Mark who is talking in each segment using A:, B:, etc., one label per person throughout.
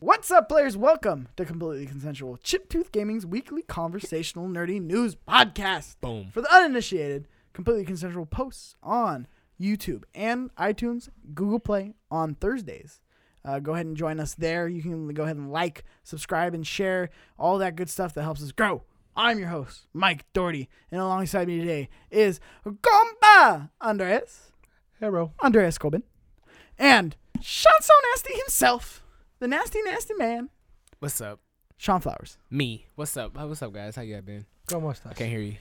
A: What's up, players? Welcome to Completely Consensual, Chiptooth Gaming's weekly conversational nerdy news podcast.
B: Boom.
A: For the uninitiated, Completely Consensual posts on YouTube and iTunes, Google Play on Thursdays. Uh, go ahead and join us there. You can go ahead and like, subscribe, and share all that good stuff that helps us grow. I'm your host, Mike Doherty, and alongside me today is Compa Andres.
B: Hero.
A: Andreas Colbin, and Sean So Nasty himself, the nasty, nasty man,
B: What's up?
A: Sean Flowers.
B: Me. What's up? Hi, What's up, guys? How you guys been?
C: Come on, stop.
B: I can't hear you.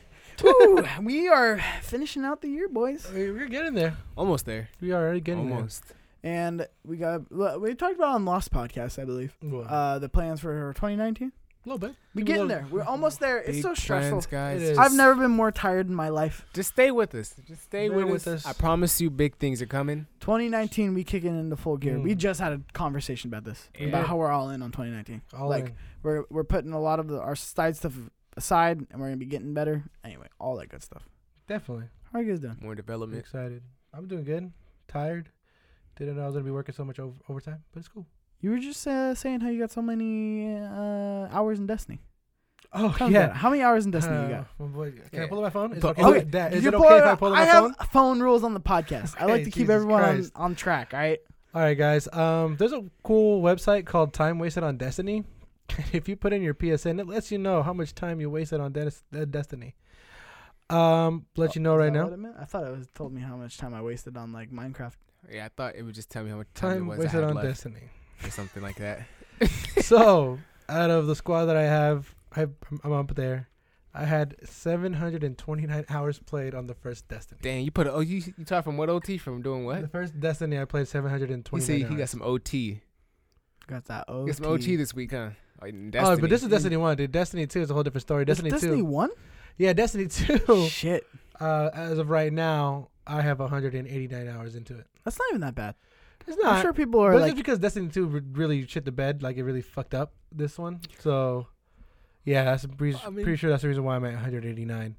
A: Ooh, we are finishing out the year, boys.
C: We- We're getting there.
B: Almost there.
C: We are already getting
B: Almost.
A: And we got, well, we talked about on Lost Podcast, I believe,
C: there.
B: Uh-huh.
C: Well,
A: uh, the plans for 2019.
C: a little bit.
A: We're
C: Give
A: getting
C: it a
A: there.
C: little-
A: We're almost there. It's
B: Big
A: so stressful.
B: plans, guys.
C: It is.
A: I've never been more tired in my life.
B: Just stay with us. Just stay
C: Bear
B: with,
C: with us.
B: us. I promise you, big things are coming.
A: 2019, we kicking into full gear.
C: Mm.
A: We just had a conversation about this,
B: Yeah.
A: about how we're all in on 2019.
C: All
A: like,
C: in.
A: we're we're putting a lot of the, our side stuff aside, and we're gonna be getting better. Anyway, all that good stuff.
C: definitely.
A: How are you guys doing?
B: More
C: I'm
B: development.
C: excited. I'm doing good. Tired. Didn't know I was gonna be working so much over- overtime, but it's cool.
A: You were just uh, saying how you got so many uh, hours in Destiny.
C: Oh
A: Tell me about it. How many hours in Destiny
B: Uh,
A: you got?
C: Can
B: Yeah.
C: I pull up Uh, my phone? Is
B: Pu-
C: it okay?
B: pull
C: if I- Dad, is
A: You
C: it
A: pull
C: okay if I
A: out-
C: pull up my
A: have
C: phone?
A: phone rules on the podcast. I like
C: Okay,
A: to keep
C: Jesus
A: everyone on,
C: Christ.
A: on track. All right.
C: All right, guys. Um, there's a cool website called Time Wasted on Destiny. if you put in your PSN, it lets you know how much time you wasted on Dennis- uh, Destiny. Um, let you know
A: Is
C: right
A: that
C: now.
A: what it meant? I thought it was told me how much time I wasted on like Minecraft.
B: Yeah, I thought it would just tell me how much time,
C: Time
B: it was I
C: wasted
B: had
C: on
B: left
C: Destiny.
B: or something like that.
C: so out of the squad that I have, I, I'm up there. I had 729 hours played on the first Destiny.
B: Damn, you put a, oh you you taught from what OT from doing what?
C: The first Destiny I played 729
B: You say you
C: hours.
B: got some OT.
A: Got that
B: You
A: OT.
B: got some OT this week, huh? Oh,
C: Oh, but this is Destiny 1, dude. Destiny 2 is a whole different story.
A: Is
C: Destiny,
A: Destiny
C: 2.
A: one.
C: Yeah, Destiny 2.
A: Shit,
C: Uh, as of right now, I have 189 hours into it.
A: that's not even that bad.
C: It's
A: I'm
C: not.
A: sure people
C: but
A: are
C: it's
A: like,
C: just because Destiny 2 re- really shit the bed. Like, it really fucked up this one. So, yeah, that's pretty,
B: I mean-
C: pretty sure that's the reason why I'm at 189.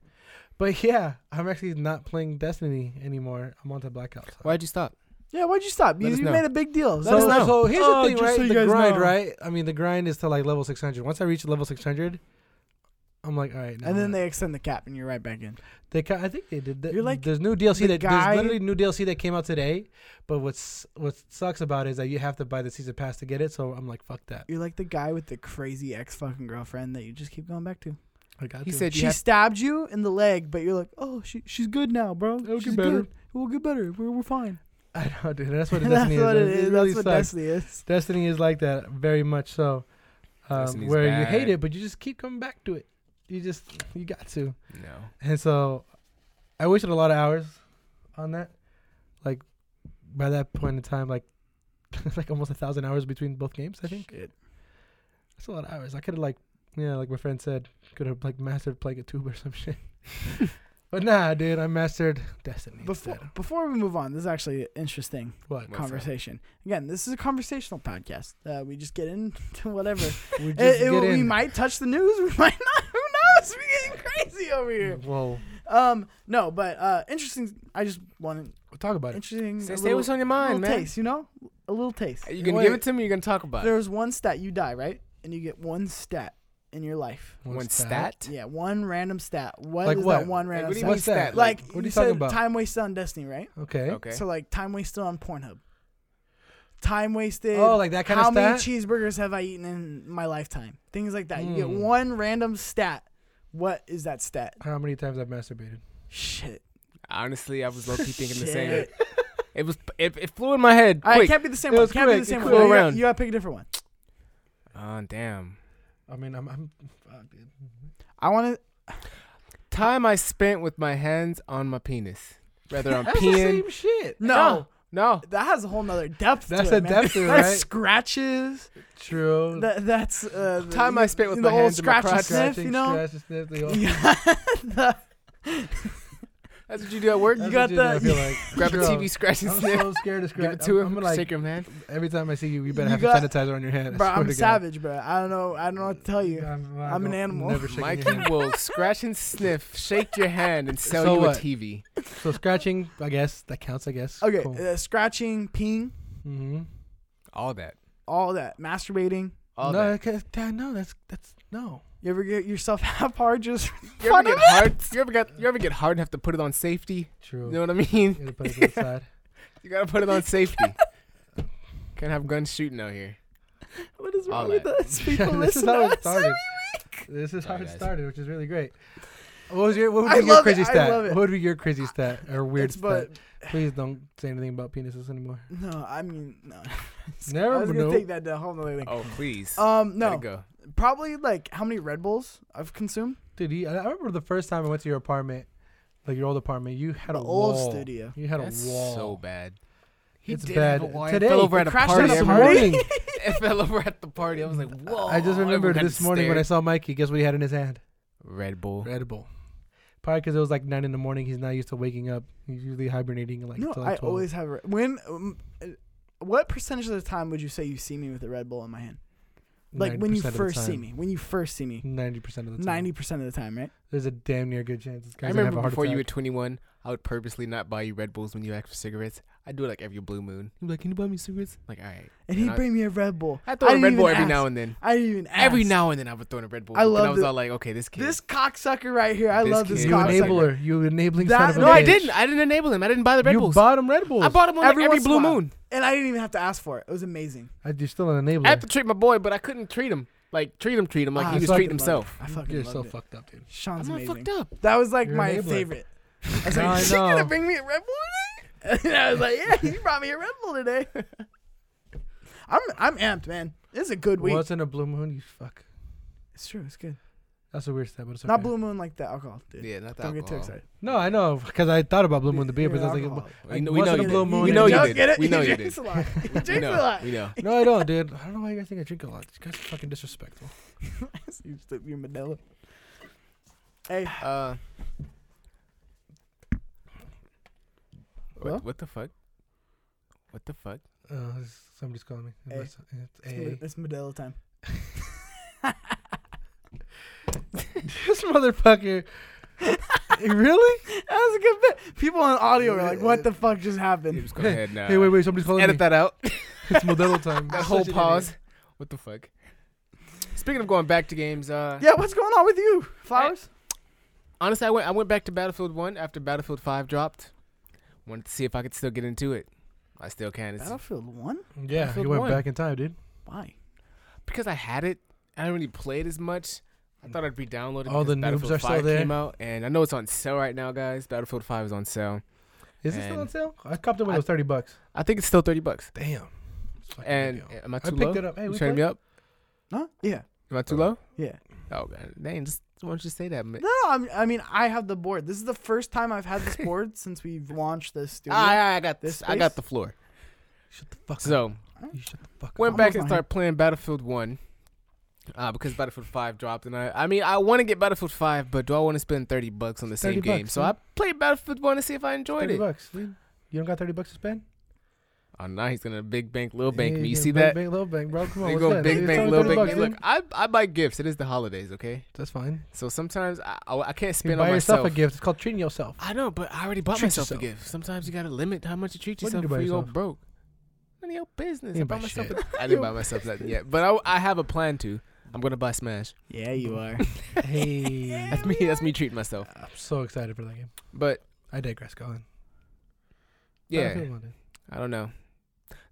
C: But yeah, I'm actually not playing Destiny anymore. I'm on to Black Ops.
B: Why'd you stop?
A: yeah. Why'd you stop? You,
B: Let us
A: you
B: know.
A: made a big deal.
C: So,
A: So,
C: so here's
A: Oh,
C: the thing,
A: just
C: right?
A: so you
C: the
A: guys
C: grind,
A: know.
C: right? I mean, the grind is to like level 600. Once I reach level 600, I'm like, all right. now
A: and then
C: what?
A: they extend the cap, and you're right back in.
C: They, ca- I think they did. That.
A: You're like
C: there's new DLC
A: the
C: that
A: guy-
C: there's literally new DLC that came out today. But what's what sucks about it is that you have to buy the season pass to get it. So I'm like, fuck that.
A: You're like the guy with the crazy ex fucking girlfriend that you just keep going back to.
C: I got
B: He
C: to.
B: said you
A: she
B: have
A: stabbed you in the leg, but you're like, oh, she, she's good now, bro.
C: It'll get
A: she's
C: better."
A: good. We'll get better. We're, we're fine.
C: I know, dude. That's what
A: that's
C: Destiny
A: what
C: is.
A: it is.
C: really
A: that's what
C: sucks.
A: Destiny is.
C: Destiny is like that very much. So um,
B: Destiny's
C: where you
B: bad.
C: hate it, but you just keep coming back to it. You just you got to.
B: no.
C: And so I wasted a lot of hours on that. Like by that point in time, like like almost a thousand hours between both games. I think
A: Shit.
C: that's a lot of hours. I could have like yeah, like my friend said, could have like mastered playing a tube or some shit. but nah, dude, I mastered Destiny.
A: Before,
C: instead.
A: before we move on, this is actually an interesting
C: what?
B: What's up?
A: conversation. Again, this is a conversational podcast. Uh, we just get into whatever.
C: We just
A: It- it-
C: get
A: we
C: in.
A: might touch the news. We might not. Who knows? We're getting crazy over here.
C: Well,
A: Um, no, but uh, interesting. I just wanted
C: we'll talk about it.
A: interesting.
B: Say,
A: a
B: say
A: little,
B: what's on your
A: little
B: mind, man.
A: taste, you know, a little taste.
B: Are you gonna
A: Wait.
B: give it to me? or You're gonna talk about it.
A: There's one stat you die, right? And you get one stat in your life.
B: One stat.
A: Yeah, one random stat. What is
C: Like what?
A: that one
B: Like,
A: random
B: what do you
A: stat?
B: mean
C: What's that?
B: stat?
A: Like,
C: what are
A: you
C: you talking
A: said
C: about?
A: time wasted on Destiny, right?
C: Okay.
B: okay.
A: So like time wasted on Pornhub. Time wasted.
C: Oh, like that kind
A: how
C: of
A: many
C: stat.
A: cheeseburgers have I eaten in my lifetime? Things like that. You get
C: Hmm.
A: one random stat. What is that stat?
C: how many times I've masturbated?
A: Shit.
B: Honestly, I was low key thinking the same.
A: Shit.
B: It was it, it flew in my head.
A: All right,
B: Quick.
A: it can't be the same
C: It
A: one.
C: was
A: Can't be the
C: quick.
A: same
C: It
A: one.
B: flew
A: You gotta-
B: around.
A: You gotta pick a different one.
B: Oh damn.
C: I mean, I'm, I'm, fuck, dude.
A: I want to.
B: Time I spent with my hands on my penis. Whether I'm
C: That's the
B: peeing.
C: same shit.
A: No,
B: No.
A: that has a whole nother depth.
C: That's
A: to it,
C: a
A: man.
C: depth to it,
A: That's
C: right?
A: scratches.
C: True.
A: That, that's uh, the-
B: Time I spent with
A: the
B: my
A: old
B: hands in my
A: scratch and
B: crotch.
A: sniff. You
C: Scratching,
A: know.
C: scratching, sniff, the old-
A: You got
B: That's what you do at work.
C: That's
B: You
A: got
C: what
A: the-
C: I feel like.
B: grab a
C: Bro,
B: TV, scratch and
C: I'm
B: sniff.
C: so scared to
B: Give
C: scratch.
B: it to
C: I'm,
B: him.
C: I'm like,
B: shake your hand.
C: every time I see you, you
A: You
C: better have
A: got-
C: some sanitizer on your hand. I
A: bro,
C: swear
A: I'm
C: to God.
A: savage, bro. I don't know. I don't know what to tell you.
C: I'm,
A: I'm an animal.
C: Never shaking your
B: Mikey
C: hand.
B: will scratch and sniff, shake your hand, and sell
C: So
B: you
C: what?
B: a TV.
C: So scratching, I guess that counts. I guess.
A: Okay,
C: Cool.
A: uh, scratching, peeing,
C: mm-hmm.
B: All that.
A: all that, masturbating,
B: All
C: no,
B: day.
C: okay, that- no, that's that's no.
A: You ever get yourself half hard just for the
B: You ever
A: fun
B: get
A: of
B: hard? You ever get? You ever get hard and have to put it on safety?
C: True.
B: You know what I mean?
C: You gotta put it to the side.
B: You gotta put it on safety. Can't have guns shooting out here.
A: it? What is
B: All
A: wrong with
B: that.
A: us? People
C: this is
A: listen to
C: how
A: us
C: it started.
A: every week.
C: This is
B: Sorry,
C: how it
B: guys.
C: started, which is really great. What was your what would
A: I
C: be your
A: love it,
C: crazy
A: I
C: stat?
A: love it.
C: What would be your crazy stat or weird
A: It's but
C: stat? Please don't say anything about penises anymore.
A: no, I mean no.
C: Never
A: I was gonna
C: know.
A: take that to a whole nother thing.
B: Oh please.
A: Um,
B: Let
A: no,
B: it go.
A: probably like how many Red Bulls I've consumed.
C: Dude, you, I I remember the first time I went to your apartment, like your old apartment. You had
A: The
C: a
A: old
C: wall.
A: studio.
C: You had
B: That's
C: a wall.
B: so bad.
C: It's
B: did have a
C: bad.
B: wire.
C: Today,
B: I fell over
A: it
B: at a
A: crashed on
B: party.
A: a
C: This
B: everyone-
A: party.
C: morning,
B: it fell over at the party. I was like, whoa.
C: I just remembered this morning when I saw Mike. Guess what he had in his hand?
B: Red Bull.
C: Red Bull. Probably because it was like nine in the morning. He's not used to waking up. He's usually hibernating like
A: no,
C: till
A: I
C: like twelve.
A: always have. Red when, um, uh, what percentage of the time would you say you see me with a Red Bull in my hand? Like when you
C: 90% of the
A: first see
C: time.
A: me. When you first see me.
C: Ninety percent of the time.
A: Ninety percent of the time, right?
C: There's a damn near good chance this
B: I
C: guy's gonna have a
B: remember
C: heart
B: before you were
C: attack.
B: 21, I would purposely not buy you Red Bulls when you asked for cigarettes. I'd do it like every blue moon. You'd be like, "Can you buy me cigarettes?" I'm like, all right.
A: And he'd
B: I-
A: bring me a Red Bull.
B: I throw in a
A: didn't
B: Red Bull
A: even
B: every
A: ask.
B: now and then.
A: I didn't even.
B: Every
A: ask.
B: now and then, I would throw in a Red Bull.
A: I
B: but then
A: love
B: I was
A: the-
B: all like, "Okay, this kid."
A: This cocksucker right here. I
B: This
A: love this
B: kid.
C: You
B: Scott-
A: cocksucker.
C: enabler. You enabling
A: That-
C: son of a
B: no, I
C: bitch.
B: didn't. I didn't enable him. I didn't buy the Red
C: you
B: Bulls.
C: bought him Red Bulls.
B: I bought him on
A: Every
B: every, every
A: once
B: blue
A: in a while.
B: moon.
A: And I didn't even have to ask for it. It was amazing.
C: I, you're still an enabler.
B: I had to treat my boy, but I couldn't treat him like treat him, treat him like
A: Ah,
B: he
A: I
B: was
A: fucking
B: treating
A: loved it.
B: himself.
A: I fucking
C: You're
A: loved
C: so
A: it.
C: fucked up, dude.
A: Sean's
B: I'm not
A: amazing.
B: fucked up.
A: That was like
C: You're
A: my
C: enabling.
A: favorite. I was like,
C: No, I
A: "Is she gonna
C: know.
A: bring me a Red Bull today? And I was like, yeah, you brought me a Red Bull today. I'm I'm amped, man. This is a good week.
C: What's in a blue moon? You fuck.
A: It's true. It's good.
C: That's a weird step, but it's okay.
A: Not Blue Moon like the alcohol, dude.
B: Yeah, not that.
A: Don't get too excited.
C: No, I know because I thought about blue moon the beer, but
A: Yeah,
C: that's like
A: alcohol.
B: We
C: Like,
B: know, we
C: once
B: know
C: in a
B: you
C: blue
B: did.
C: moon,
B: We know
C: you
B: you
A: don't
B: did.
A: Get it?
B: We know
A: he
B: you
A: drinks
B: did.
A: a lot. He
B: We
A: drinks a
B: know.
A: lot.
B: We know.
C: no, I don't, dude. I don't know why you guys think I drink a lot. You guys are fucking disrespectful.
A: you stick your Modelo. Hey,
B: Uh,
A: Hello?
B: what, what the fuck? What the fuck?
C: Uh, somebody's calling me.
B: Eh.
A: Hey.
C: It's
A: it's, Mod- it's Modelo time.
C: this motherfucker. really?
A: That was a good bit. People on audio were like, "What the fuck just
B: You
A: happened?"
B: just go ahead now.
C: Hey, wait, wait. Somebody's calling
B: Edit
C: me.
B: that out.
C: It's Modelo time.
B: that whole pause. What the fuck? Speaking of going back to games, uh,
A: Yeah, what's going on with you, Flowers?
B: honestly, I went I went back to Battlefield One after Battlefield Five dropped. Wanted to see if I could still get into it. I still can. It's
A: Battlefield One?
C: Yeah,
B: Battlefield
C: you went
B: one.
C: back in time, dude.
A: Why?
B: because I had it. I didn't really play it as much. I thought I'd be downloading.
C: All the
B: because
C: noobs
B: Battlefield
C: are still
B: 5
C: there.
B: Came out, and I know it's on sale right now, guys. Battlefield Five is on sale.
C: Is it still on
B: And-
C: sale? I copped it when
B: I-
C: it was thirty bucks.
B: I think it's still thirty bucks.
C: Damn. It's fucking
B: And
C: good deal.
B: am I
C: I
B: too
C: picked
B: low?
C: it up. Hey,
B: You
C: we
B: turning
C: played.
B: me up?
A: Huh? Yeah,
B: Am I too low?
A: yeah.
B: Oh man, dang! Just why don't you say that? man?
A: No, I'm, I mean, I have the board. This is the first time I've had this board since we've launched this studio.
B: I, Ah, I- I got
A: This
B: this. I got
A: space?
B: the floor.
C: Shut the fuck up.
B: So
C: You shut the fuck
B: went
C: up.
B: back
A: Almost
B: and
A: mine.
B: started playing Battlefield One, uh, because Battlefield Five dropped, and I, I mean, I want to get Battlefield Five, but do I want to spend thirty bucks on the same
C: 30
B: game?
C: bucks,
B: So
C: yeah.
B: I played Battlefield One to see if I enjoyed
C: Thirty
B: it.
C: bucks. dude. You don't got thirty bucks to spend?
B: Oh, now he's gonna big bank, little bank
C: Hey,
B: me. You
C: yeah,
B: see
C: big
B: that?
C: Bank, little bank, bro. Come on.
B: You
C: what's
B: go
C: that?
B: big
C: It's
B: bank,
C: only
B: little
C: 30
B: bank.
C: bucks,
B: Look,
C: dude.
B: I I buy gifts. It is the holidays, okay?
C: that's fine.
B: So sometimes I I, I can't
C: You
B: spend
C: buy
B: on myself.
C: yourself a gift. It's called treating yourself.
B: I know, but I already bought
C: Treat
B: myself
C: yourself.
B: a gift. Sometimes you gotta limit how much you treat
C: What did
B: yourself
C: you buy
B: before you go
C: yourself?
B: broke. None of your business.
C: You
B: I
C: didn't
B: bought
C: buy
B: myself.
C: shit.
B: A, I didn't buy myself nothing yet, but I, I have a plan to. I'm gonna buy Smash.
A: yeah, you are.
C: hey,
B: That's me. That's me treating myself.
C: I'm so excited for that game.
B: But
C: I digress. Go on.
B: yeah,
C: Battlefield one, dude.
B: I don't know.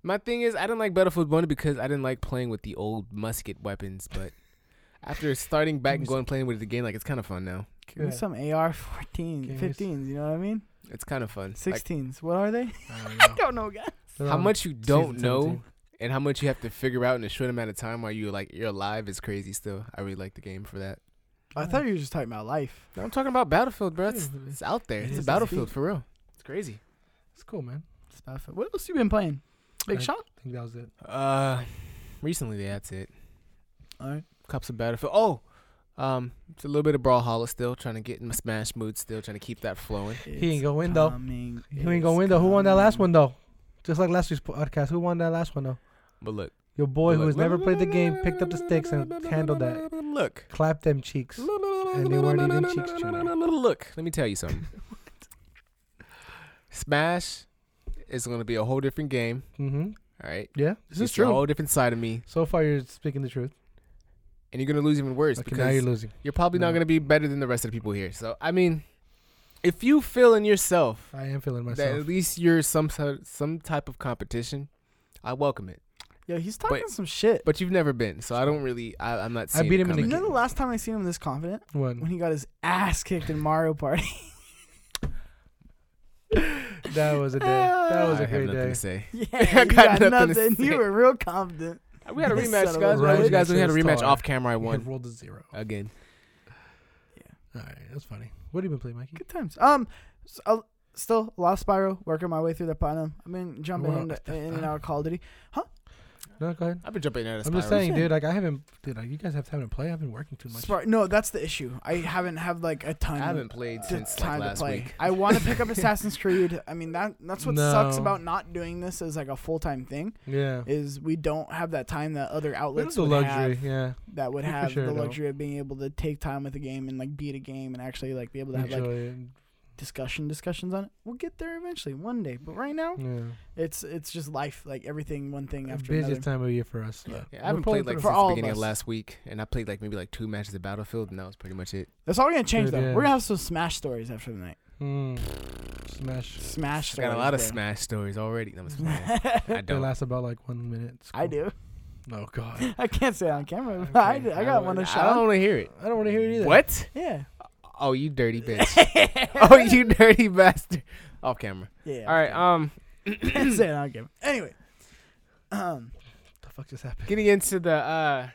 B: My thing is, I didn't like Battlefield One because I didn't like playing with the old musket weapons. But after starting back and going and playing with it again, like it's kind of fun now.
A: Give me
C: Yeah.
A: some AR 14,
C: Give me s-
A: 15s. You know what I mean?
B: It's kind of fun. Like
A: 16s. what are they?
C: I don't
A: I
C: know.
A: don't know, guys.
C: They're
B: how
C: on
B: much you don't
C: season
B: know
C: 17.
B: and how much you have to figure out in a short amount of time while you like you're alive is crazy. Still, I really like the game for that.
A: I thought you were just talking about life.
B: No, I'm talking about Battlefield, bro. It's,
C: Yeah.
B: it's out there.
C: It
B: It's
C: is,
B: a
C: it's
B: battlefield for real. It's crazy.
C: It's cool, man.
A: Stuff. What else you been playing? Big
C: I-
A: shot.
C: I think that was it.
B: Uh, recently that's it.
A: All right.
B: Cups of Battlefield. Oh, um, it's a little bit of Brawlhalla still. Trying to get in my Smash mood still. Trying to keep that flowing.
C: He ain't gonna win, though.
A: Coming,
C: Who ain't
A: it's
C: gonna win though? Who won that last
A: coming.
C: one though? Just like last week's podcast, who won that last one though?
B: But look,
C: Your boy
B: but
C: who
B: look.
C: has never played the game picked up the sticks and handled that.
B: Look.
C: Clap them cheeks.
B: And
C: they weren't even cheeks, Junior.
B: Look, let me tell you something. Smash is going to be a whole different game.
C: Mm-hmm.
B: All right.
C: Yeah, this
B: It's
C: is true.
B: A whole different side of me,
C: So far, you're speaking the truth.
B: and you're gonna lose even worse
C: Okay, now
B: because
C: you're
B: you're,
C: losing.
B: probably not
C: No.
B: gonna be better than the rest of the people here. So I mean, if you feel in yourself
C: I am feeling
B: that
C: myself.
B: at least you're some sort- some type of competition, I welcome it.
A: Yo, he's talking some shit.
B: But you've never been, so I don't really. I, I'm not.
C: I
B: Seeing
C: beat
B: it
C: him in the
A: you
B: coming.
A: know the last time I seen him this confident
C: One.
A: when he got his ass kicked in Mario Party.
C: That was a day. That was
B: I
C: a
B: have
C: great
B: nothing
C: day.
B: to say.
A: yeah,
B: I
A: you
B: got
A: got,
B: nothing to
A: nothing.
B: say.
A: You were real confident.
B: We had a
A: This
B: rematch,
A: son of a
B: guys. I told you guys we had a
C: Ryan
B: rematch
C: Mitchell's
B: off camera. I
C: You
B: won
C: rolled a zero. All
B: again.
C: right, that's funny. What have you been playing, Mikey?
A: Good times. Um, s- uh, still lost Spyro. Working my way through the platinum. I mean, jumping
C: Well, uh,
A: in, in and out of Call of Duty.
C: No, go ahead.
B: I've been jumping out of
C: I'm just
B: Spyro.
C: saying,
A: saying.
C: dude. Like I haven't, dude. Like you guys have time to play. I've been working too much.
A: Spyro. No, that's the issue. I haven't had like a
B: I
A: ton.
B: haven't played
A: t-
B: since like last week.
A: I want to pick up Assassin's Creed. I mean that that's what sucks
C: No.
A: about not doing this as like a full time thing
C: Yeah.
A: is we don't have that time that other
C: But it's
A: outlets
C: a
A: would
C: luxury.
A: have
C: Yeah.
A: that would
C: We for
A: have
C: sure
A: the
C: don't.
A: luxury of being able to take time with a game and like beat a game and actually like be able to have like
C: Enjoy it.
A: discussion discussions on it. We'll get there eventually one day, but right now
C: Yeah.
A: it's it's just life like everything one thing after
C: Busiest
A: another.
C: time of year for us.
A: Yeah.
B: Yeah, I haven't played like
A: For
B: since
A: all
B: the
A: of
B: beginning of,
A: us.
B: last week, and I played like maybe like two matches of Battlefield, and that was pretty much it.
A: That's all gonna change
C: Dude,
A: though.
C: yeah.
A: We're gonna have some Smash stories after the night.
C: Mm. Smash.
A: Smash
B: I
A: stories.
B: got a lot of
A: bro.
B: Smash stories already. No, I'm just playing. I
C: They
B: don't.
C: last about like one minute. It's
A: I
C: cool.
A: do.
C: Oh God.
A: I can't say it on camera. but I,
B: Okay,
A: do. I got
B: don't-
A: one to
B: I
A: shot.
B: don't want to hear it.
C: I don't want to hear it either.
B: What?
A: Yeah.
B: Oh, you dirty bitch. oh, you dirty bastard. Off camera.
A: Yeah.
B: All right. Um,
A: Can't say it on camera. Anyway. Um,
C: The fuck just happened?
B: getting into the uh,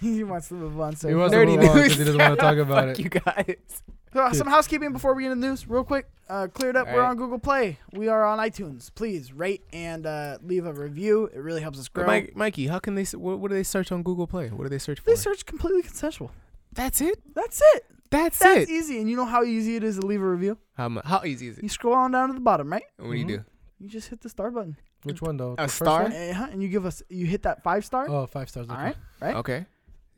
A: he wants to move on. So,
C: He wants to
B: Nerdy
C: move on 'cause
B: news.
C: he doesn't want to talk about it.
B: fuck you guys.
A: So, uh, some housekeeping before we get into the news, real quick. Uh, cleared up.
B: All
A: We're
B: right.
A: on Google Play. We are on iTunes. Please rate and uh, leave a review. It really helps us grow.
B: Mike, Mikey, how can they? s- What, what do they search on Google Play? What do they search for?
A: they search completely consensual.
B: That's it.
A: That's it.
B: That's,
A: That's
B: it.
A: easy. And you know how easy it is to leave a review?
B: How mu- how easy is it?
A: You scroll on down to the bottom, right?
B: What do you do?
A: You just hit the star button.
C: Which one though?
B: A
C: The first
B: star?
C: one?
A: Uh-huh, and you give us, you hit that five star.
C: Oh, five stars.
A: All
C: okay.
A: right.
B: Okay.
A: And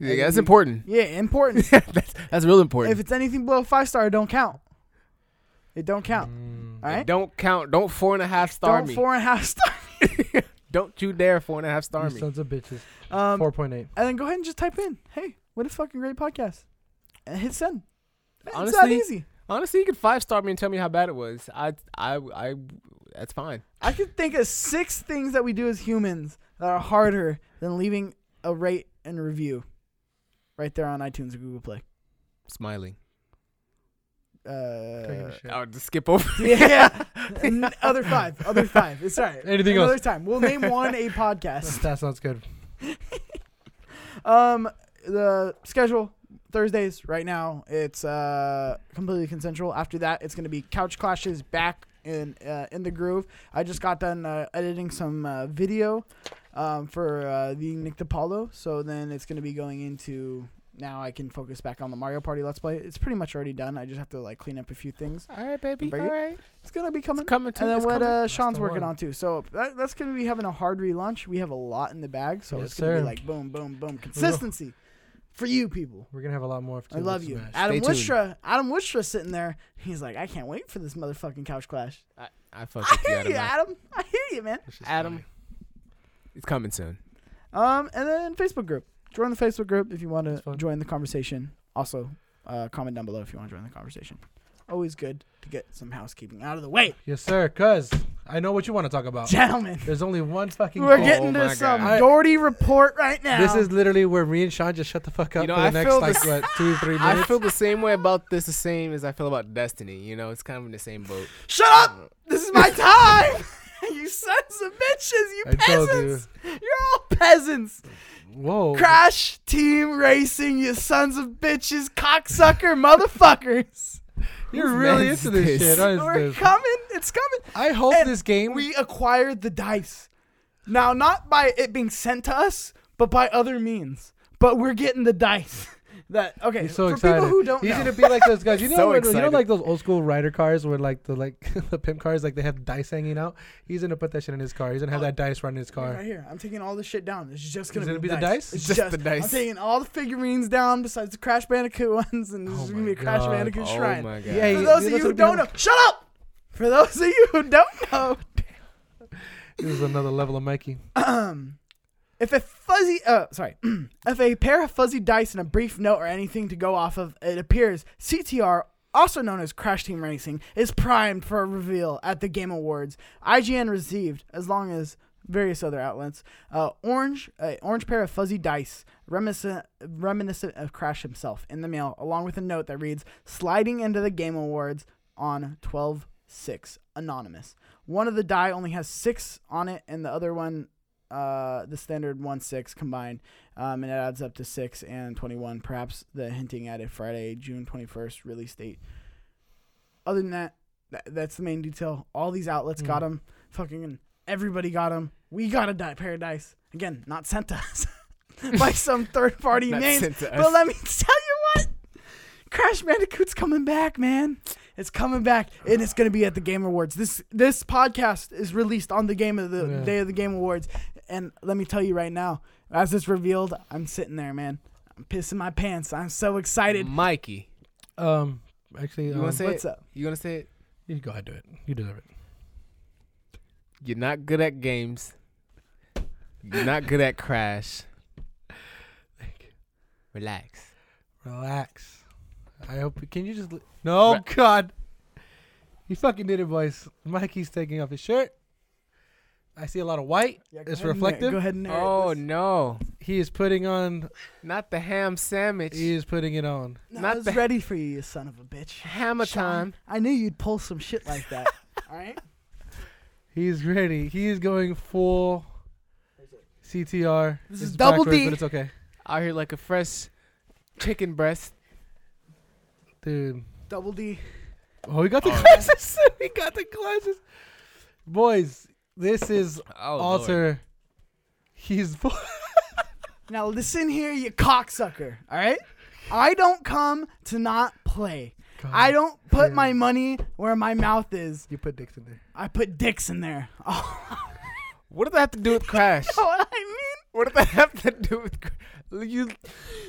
B: Yeah,
A: then
B: that's
A: you-
B: important.
A: Yeah, important.
B: that's that's real important.
A: if it's anything below five star, it don't count. It don't count.
C: Mm.
A: All right.
B: Don't count. Don't four and a half star
A: Don't
B: me.
A: four and a half star.
B: don't you dare four and a half star
C: You
B: me.
C: sons of bitches.
A: Um,
C: Four point eight.
A: and then go ahead and just type in, "Hey, what a fucking great podcast," and hit send. it's that
B: Honestly-
A: easy.
B: Honestly, you could five star me and tell me how bad it was. I I I. That's fine.
A: I could think of six things that we do as humans that are harder than leaving a rate and review, right there on iTunes or Google Play.
B: Smiling.
A: Uh,
B: I'll just skip over.
A: yeah, N- other five, other five. It's all right.
C: Anything
A: Another
C: else?
A: time, we'll name one a podcast.
C: That sounds good.
A: Um, the schedule Thursdays right now. It's uh completely consensual. After that, it's gonna be couch clashes back in uh, in the groove. I just got done uh, editing some uh, video, um, for uh, the Nick DiPaolo. So then it's gonna be going into. Now I can focus back on the Mario Party Let's Play. It's pretty much already done. I just have to like clean up a few things.
B: All right, baby.
A: Bring it.
B: All right.
A: It's gonna be coming.
B: It's coming to
A: And then
B: it's
A: what
B: coming.
A: uh, Sean's
C: the
A: working
C: one.
A: on too. So that, that's gonna be having a hard relaunch. We have a lot in the bag, so
C: Yes,
A: it's gonna
C: sir.
A: be like boom, boom, boom, consistency for you people.
C: We're gonna have a lot more.
A: I love you, Adam
B: Stay tuned.
A: Wishra. Adam Wishra sitting there. He's like, I can't wait for this motherfucking couch clash.
B: I, I fuck
A: I
B: with you,
A: hear
B: Adam.
A: you, Adam. I hear you, man.
B: Adam. It's coming soon.
A: Um, and then Facebook group. Join the Facebook group if you want
C: That's
A: to
C: fun.
A: join the conversation. Also, uh, comment down below if you want to join the conversation. Always good to get some housekeeping out of the way,
C: Yes, sir. Cause I know what you want to talk about.
A: gentlemen.
C: There's only one fucking.
A: We're
C: goal.
A: getting
B: my
A: to
B: God.
A: some
C: I-
A: Doherty report right now.
C: This is literally where me and Sean just shut the fuck up
B: You know,
C: for the
B: I
C: next
B: feel
C: like
B: the-
C: what two three
B: I
C: minutes.
B: feel the same way about this, the same as I feel about Destiny. You know, it's kind of in the same boat.
A: Shut up! This is my time! you sons of bitches, you
C: I told
A: peasants! You. are all peasants!
C: Whoa.
A: Crash Team Racing, you sons of bitches, cocksucker motherfuckers!
C: You're
B: Whose
C: really
B: man
C: into
B: is
C: this,
B: this?
C: shit. What is
A: We're
C: this?
A: coming, it's coming!
C: I hope
A: And
C: this game.
A: We acquired the dice. Now, not by it being sent to us, but by other means. But we're getting the dice. That okay.
C: He's so
A: for
C: excited.
A: people who don't
C: He's
A: know,
C: gonna be like those guys. You know,
B: So
C: when- you know,
B: excited.
C: like those old school rider cars where like the like the pimp cars, like they have dice hanging out. He's gonna put that shit in his car. He's gonna have that dice running his car.
A: Right here. I'm taking all this shit down. It's just gonna,
C: Is it
A: be,
C: gonna be the dice?
A: It's
B: Just the dice.
A: I'm taking all the figurines down besides the Crash Bandicoot ones, and this
C: Oh
A: is gonna
C: my
A: be a Crash
C: God.
A: Bandicoot
B: oh
A: shrine.
B: my god.
C: Yeah,
A: For
C: he-
A: those of
C: that's
A: you
C: what
A: who
C: I'm
A: don't know,
C: doing.
A: shut up. For those of you who don't know,
C: This is another level of Mikey.
A: if a fuzzy, uh, sorry, if a pair of fuzzy dice and a brief note or anything to go off of, it appears CTR, also known as Crash Team Racing, is primed for a reveal at the Game Awards. IGN received, as long as various other outlets, uh, orange, uh, orange pair of fuzzy dice, reminiscent, reminiscent of Crash himself, in the mail, along with a note that reads, "Sliding into the Game Awards on 12 6 anonymous." One of the die only has six on it, and the other one uh, the standard one six combined, um, and it adds up to six and twenty one. Perhaps the hinting at a Friday, June twenty first release date. Other than that, tha that's the main detail. All these outlets got 'em. got them. Fucking everybody got them. We got a di- paradise again, not sent to us by some third party
B: Not
A: name.
B: sent to us.
A: But let me tell you what, Crash Bandicoot's coming back, man. It's coming back, and it's gonna be at the Game Awards. This this podcast is released on the game of the
C: Yeah.
A: day of the Game Awards, and let me tell you right now, as it's revealed, I'm sitting there, man. I'm pissing my pants. I'm so excited.
B: Mikey.
C: Um, actually,
B: You
C: um,
B: Mm. wanna say
A: What's
B: it?
A: up?
B: You wanna say it?
C: you go ahead, do it. You deserve it.
B: You're not good at games. You're not good at Crash. Relax.
C: Relax. I hope. Can you just? li- No,
B: Re-
C: God. You fucking did it, boys. Mikey's taking off his shirt. I see a lot of white.
A: Yeah, go ahead
C: it's
A: and narr-
C: reflective.
A: Go ahead and narrate
B: Oh
A: this.
B: no.
C: He is putting on.
B: Not the ham sandwich.
C: He is putting it on.
A: No,
B: not
A: I was
B: bad.
A: ready for you, you son of a bitch.
B: Hammer
A: Sean,
B: time.
A: I knew you'd pull some shit like that. All right.
C: He's ready. He is going full CTR.
A: This
C: It's
A: is double
C: backwards,
A: D.
C: but it's okay,
B: Out here like a fresh chicken breast.
C: dude.
A: Double D.
C: Oh, we got the glasses. we got the glasses, boys. This is
B: Oh,
C: alter. He's full.
A: Now listen here, you cocksucker. All right. I don't come to not play. I don't put my money where my mouth is.
C: You put dicks in there.
A: I put dicks in there. Oh,
B: What does that have to do with Crash?
A: you know what I mean?
B: What does that have to do with Cr- you?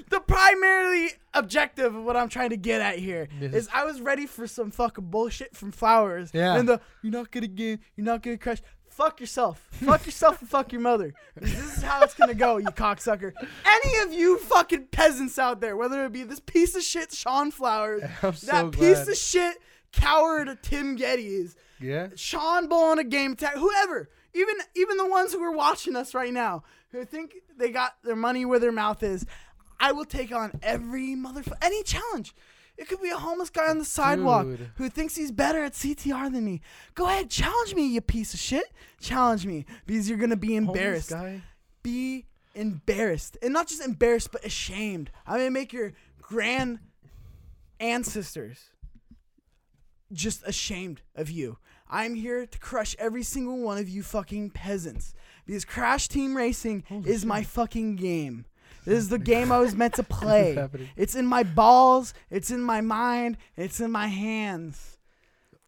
A: the primarily objective of what I'm trying to get at here
C: Yes.
A: is I was ready for some fucking bullshit from flowers.
C: Yeah.
A: And the you're not gonna get you're not gonna crash. Fuck yourself. fuck yourself and fuck your mother. 'Cause This is how it's gonna go, you cocksucker. Any of you fucking peasants out there, whether it be this piece of shit Sean Flowers,
C: I'm
A: that
C: so
A: piece
C: glad.
A: of shit coward Tim Geddes,
C: Yeah.
A: Sean Bull on a game tag, whoever, even even the ones who are watching us right now, who think they got their money where their mouth is, I will take on every motherfucker, any challenge. It could be a homeless guy on the sidewalk
C: Dude.
A: who thinks he's better at CTR than me. Go ahead, challenge me, you piece of shit. Challenge me because you're gonna be embarrassed
C: Guy.
A: be embarrassed and not just embarrassed but ashamed i'm gonna make your grand ancestors just ashamed of you i'm here to crush every single one of you fucking peasants because crash team racing is my fucking game this is the game i was meant to play
C: happening.
A: it's in my balls it's in my mind it's in my hands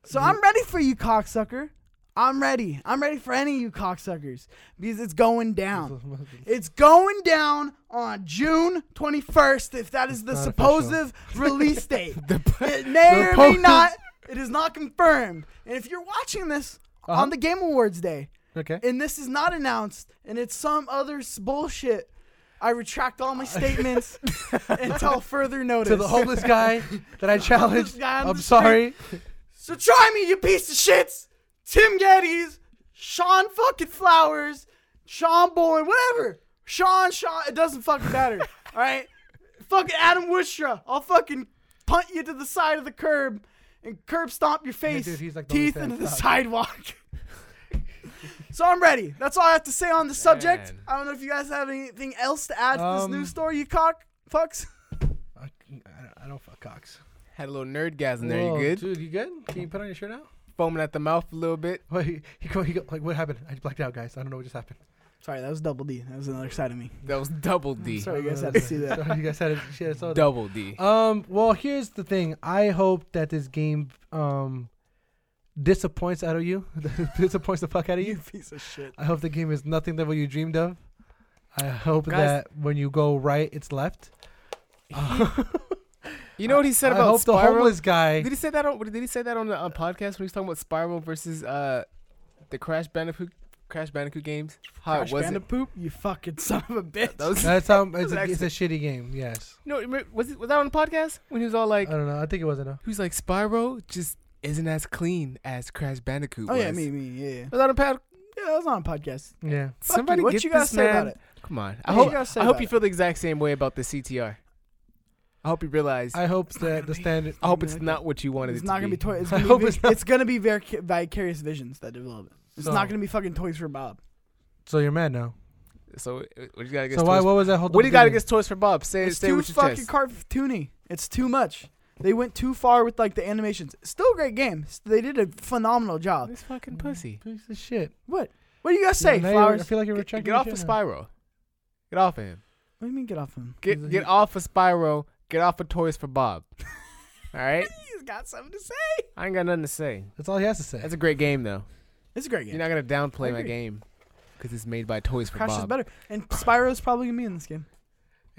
A: so i'm ready for you cocksucker i'm ready i'm ready for any of you cocksuckers because it's going down it's going down on June 21st, if that is the
C: not
A: supposed
C: official.
A: release date. it may or may
C: supposed-
A: not. It is not confirmed. And if you're watching this
C: Uh-huh.
A: on the Game Awards day,
C: Okay.
A: and this is not announced, and it's some other s- bullshit, I retract all my statements until further notice.
C: to the homeless guy that I challenged.
A: guy on
C: I'm
A: the
C: sorry.
A: So try me, you piece of shits! Tim Geddes, Sean fucking Flowers, Sean Bowen, whatever. Sean, Sean, it doesn't fucking matter. all right? Fucking Adam Woodstra, I'll fucking punt you to the side of the curb and curb stomp your face,
C: dude, he's like the only
A: teeth
C: fan
A: into
C: of
A: the
C: Flowers.
A: sidewalk. so I'm ready. That's all I have to say on the subject.
B: Man.
A: I don't know if you guys have anything else to add to this
C: Um,
A: news story, you cock fucks.
C: I, I- I don't fuck cocks.
B: Had a little nerd gasm there.
C: Whoa,
B: You good?
C: Dude, you good? Can you put on your shirt now?
B: Foaming at the mouth a little bit.
C: Wait, he, he, go, he go, like, what happened? I blacked out, guys. I don't know what just happened.
A: Sorry, that was double D. That was another side of me.
B: That was double D.
A: Sorry, Oh, you guys had to see that.
C: Sorry, you guys had to see that. So-
B: Double D.
C: Um. Well, here's the thing. I hope that this game um disappoints out of you. disappoints the fuck out of
A: You
C: you.
A: piece of shit.
C: I hope the game is nothing that what you dreamed of. I hope
B: Guys-
C: that when you go right, it's left.
B: You know what he said
C: I
B: about
C: hope the
B: Spyro?
C: homeless guy.
B: Did he say that on? Did he say that on the uh, podcast when he was talking about Spiral versus uh, the Crash Bandicoot Crash Bandicoot games? How
A: Crash
B: it wasn't?
A: Bandipoop, you fucking son of a bitch.
B: That was,
C: That's how it's, a,
B: That's
C: it's a shitty game. Yes.
B: no, remember- was it was that on the podcast when he was all
A: Uh,
B: like,
C: I don't know. I think it was enough.
B: he was like Spyro just isn't as clean as Crash Bandicoot
A: oh
B: was.
A: yeah, me, me, yeah, yeah.
B: Was that on the pod-
A: Yeah, that was on a podcast.
C: Yeah.
A: Fuck you,
B: Somebody
A: what
B: get
A: you gotta
B: this
A: say about
B: man-
A: it?
B: Come on. I
A: What you
B: hope
A: gotta say
B: I hope
A: about
B: you
A: it?
B: feel the exact same way about the CTR. I hope you realize. I,
C: I hope that the standard.
B: hope it's not what you wanted.
A: It's
B: it
A: not
B: to
A: gonna be
B: be.
A: toy. It's
C: I
A: gonna be,
C: hope
A: vic-
C: it's
A: it's,
C: not-
A: gonna be vic- vicarious visions that develop it. It's
C: So-
A: not gonna be fucking toys for Bob.
C: So you're mad now.
B: so uh, what you gotta get?
C: So why?
B: toys-
C: What was that whole?
B: what do you gotta get toys for Bob? Say
A: It's
B: say
A: too
B: what you
A: fucking cartoony. It's too much. They went too far with like the animations. Still a great game. S- They did a phenomenal job.
B: This fucking pussy.
C: Piece of shit.
A: What? What do you guys say,
C: Now you're- I
A: flowers?
C: feel like you're
B: Get,
C: retracting
B: get
C: your
B: off
C: shit
B: of
C: now.
B: Spyro. Get off of him.
A: What do you mean get off him?
B: Get get off of Spyro. Get off of Toys for Bob. All right.
A: He's got something to say.
B: I ain't got nothing to say.
C: That's all he has to say.
B: That's a great game though.
A: It's a great game.
B: You're not gonna downplay
A: I
B: my
A: agree.
B: game because it's made by Toys for
A: Crash is
B: Bob.
A: better, and Spyro's probably gonna be in this game.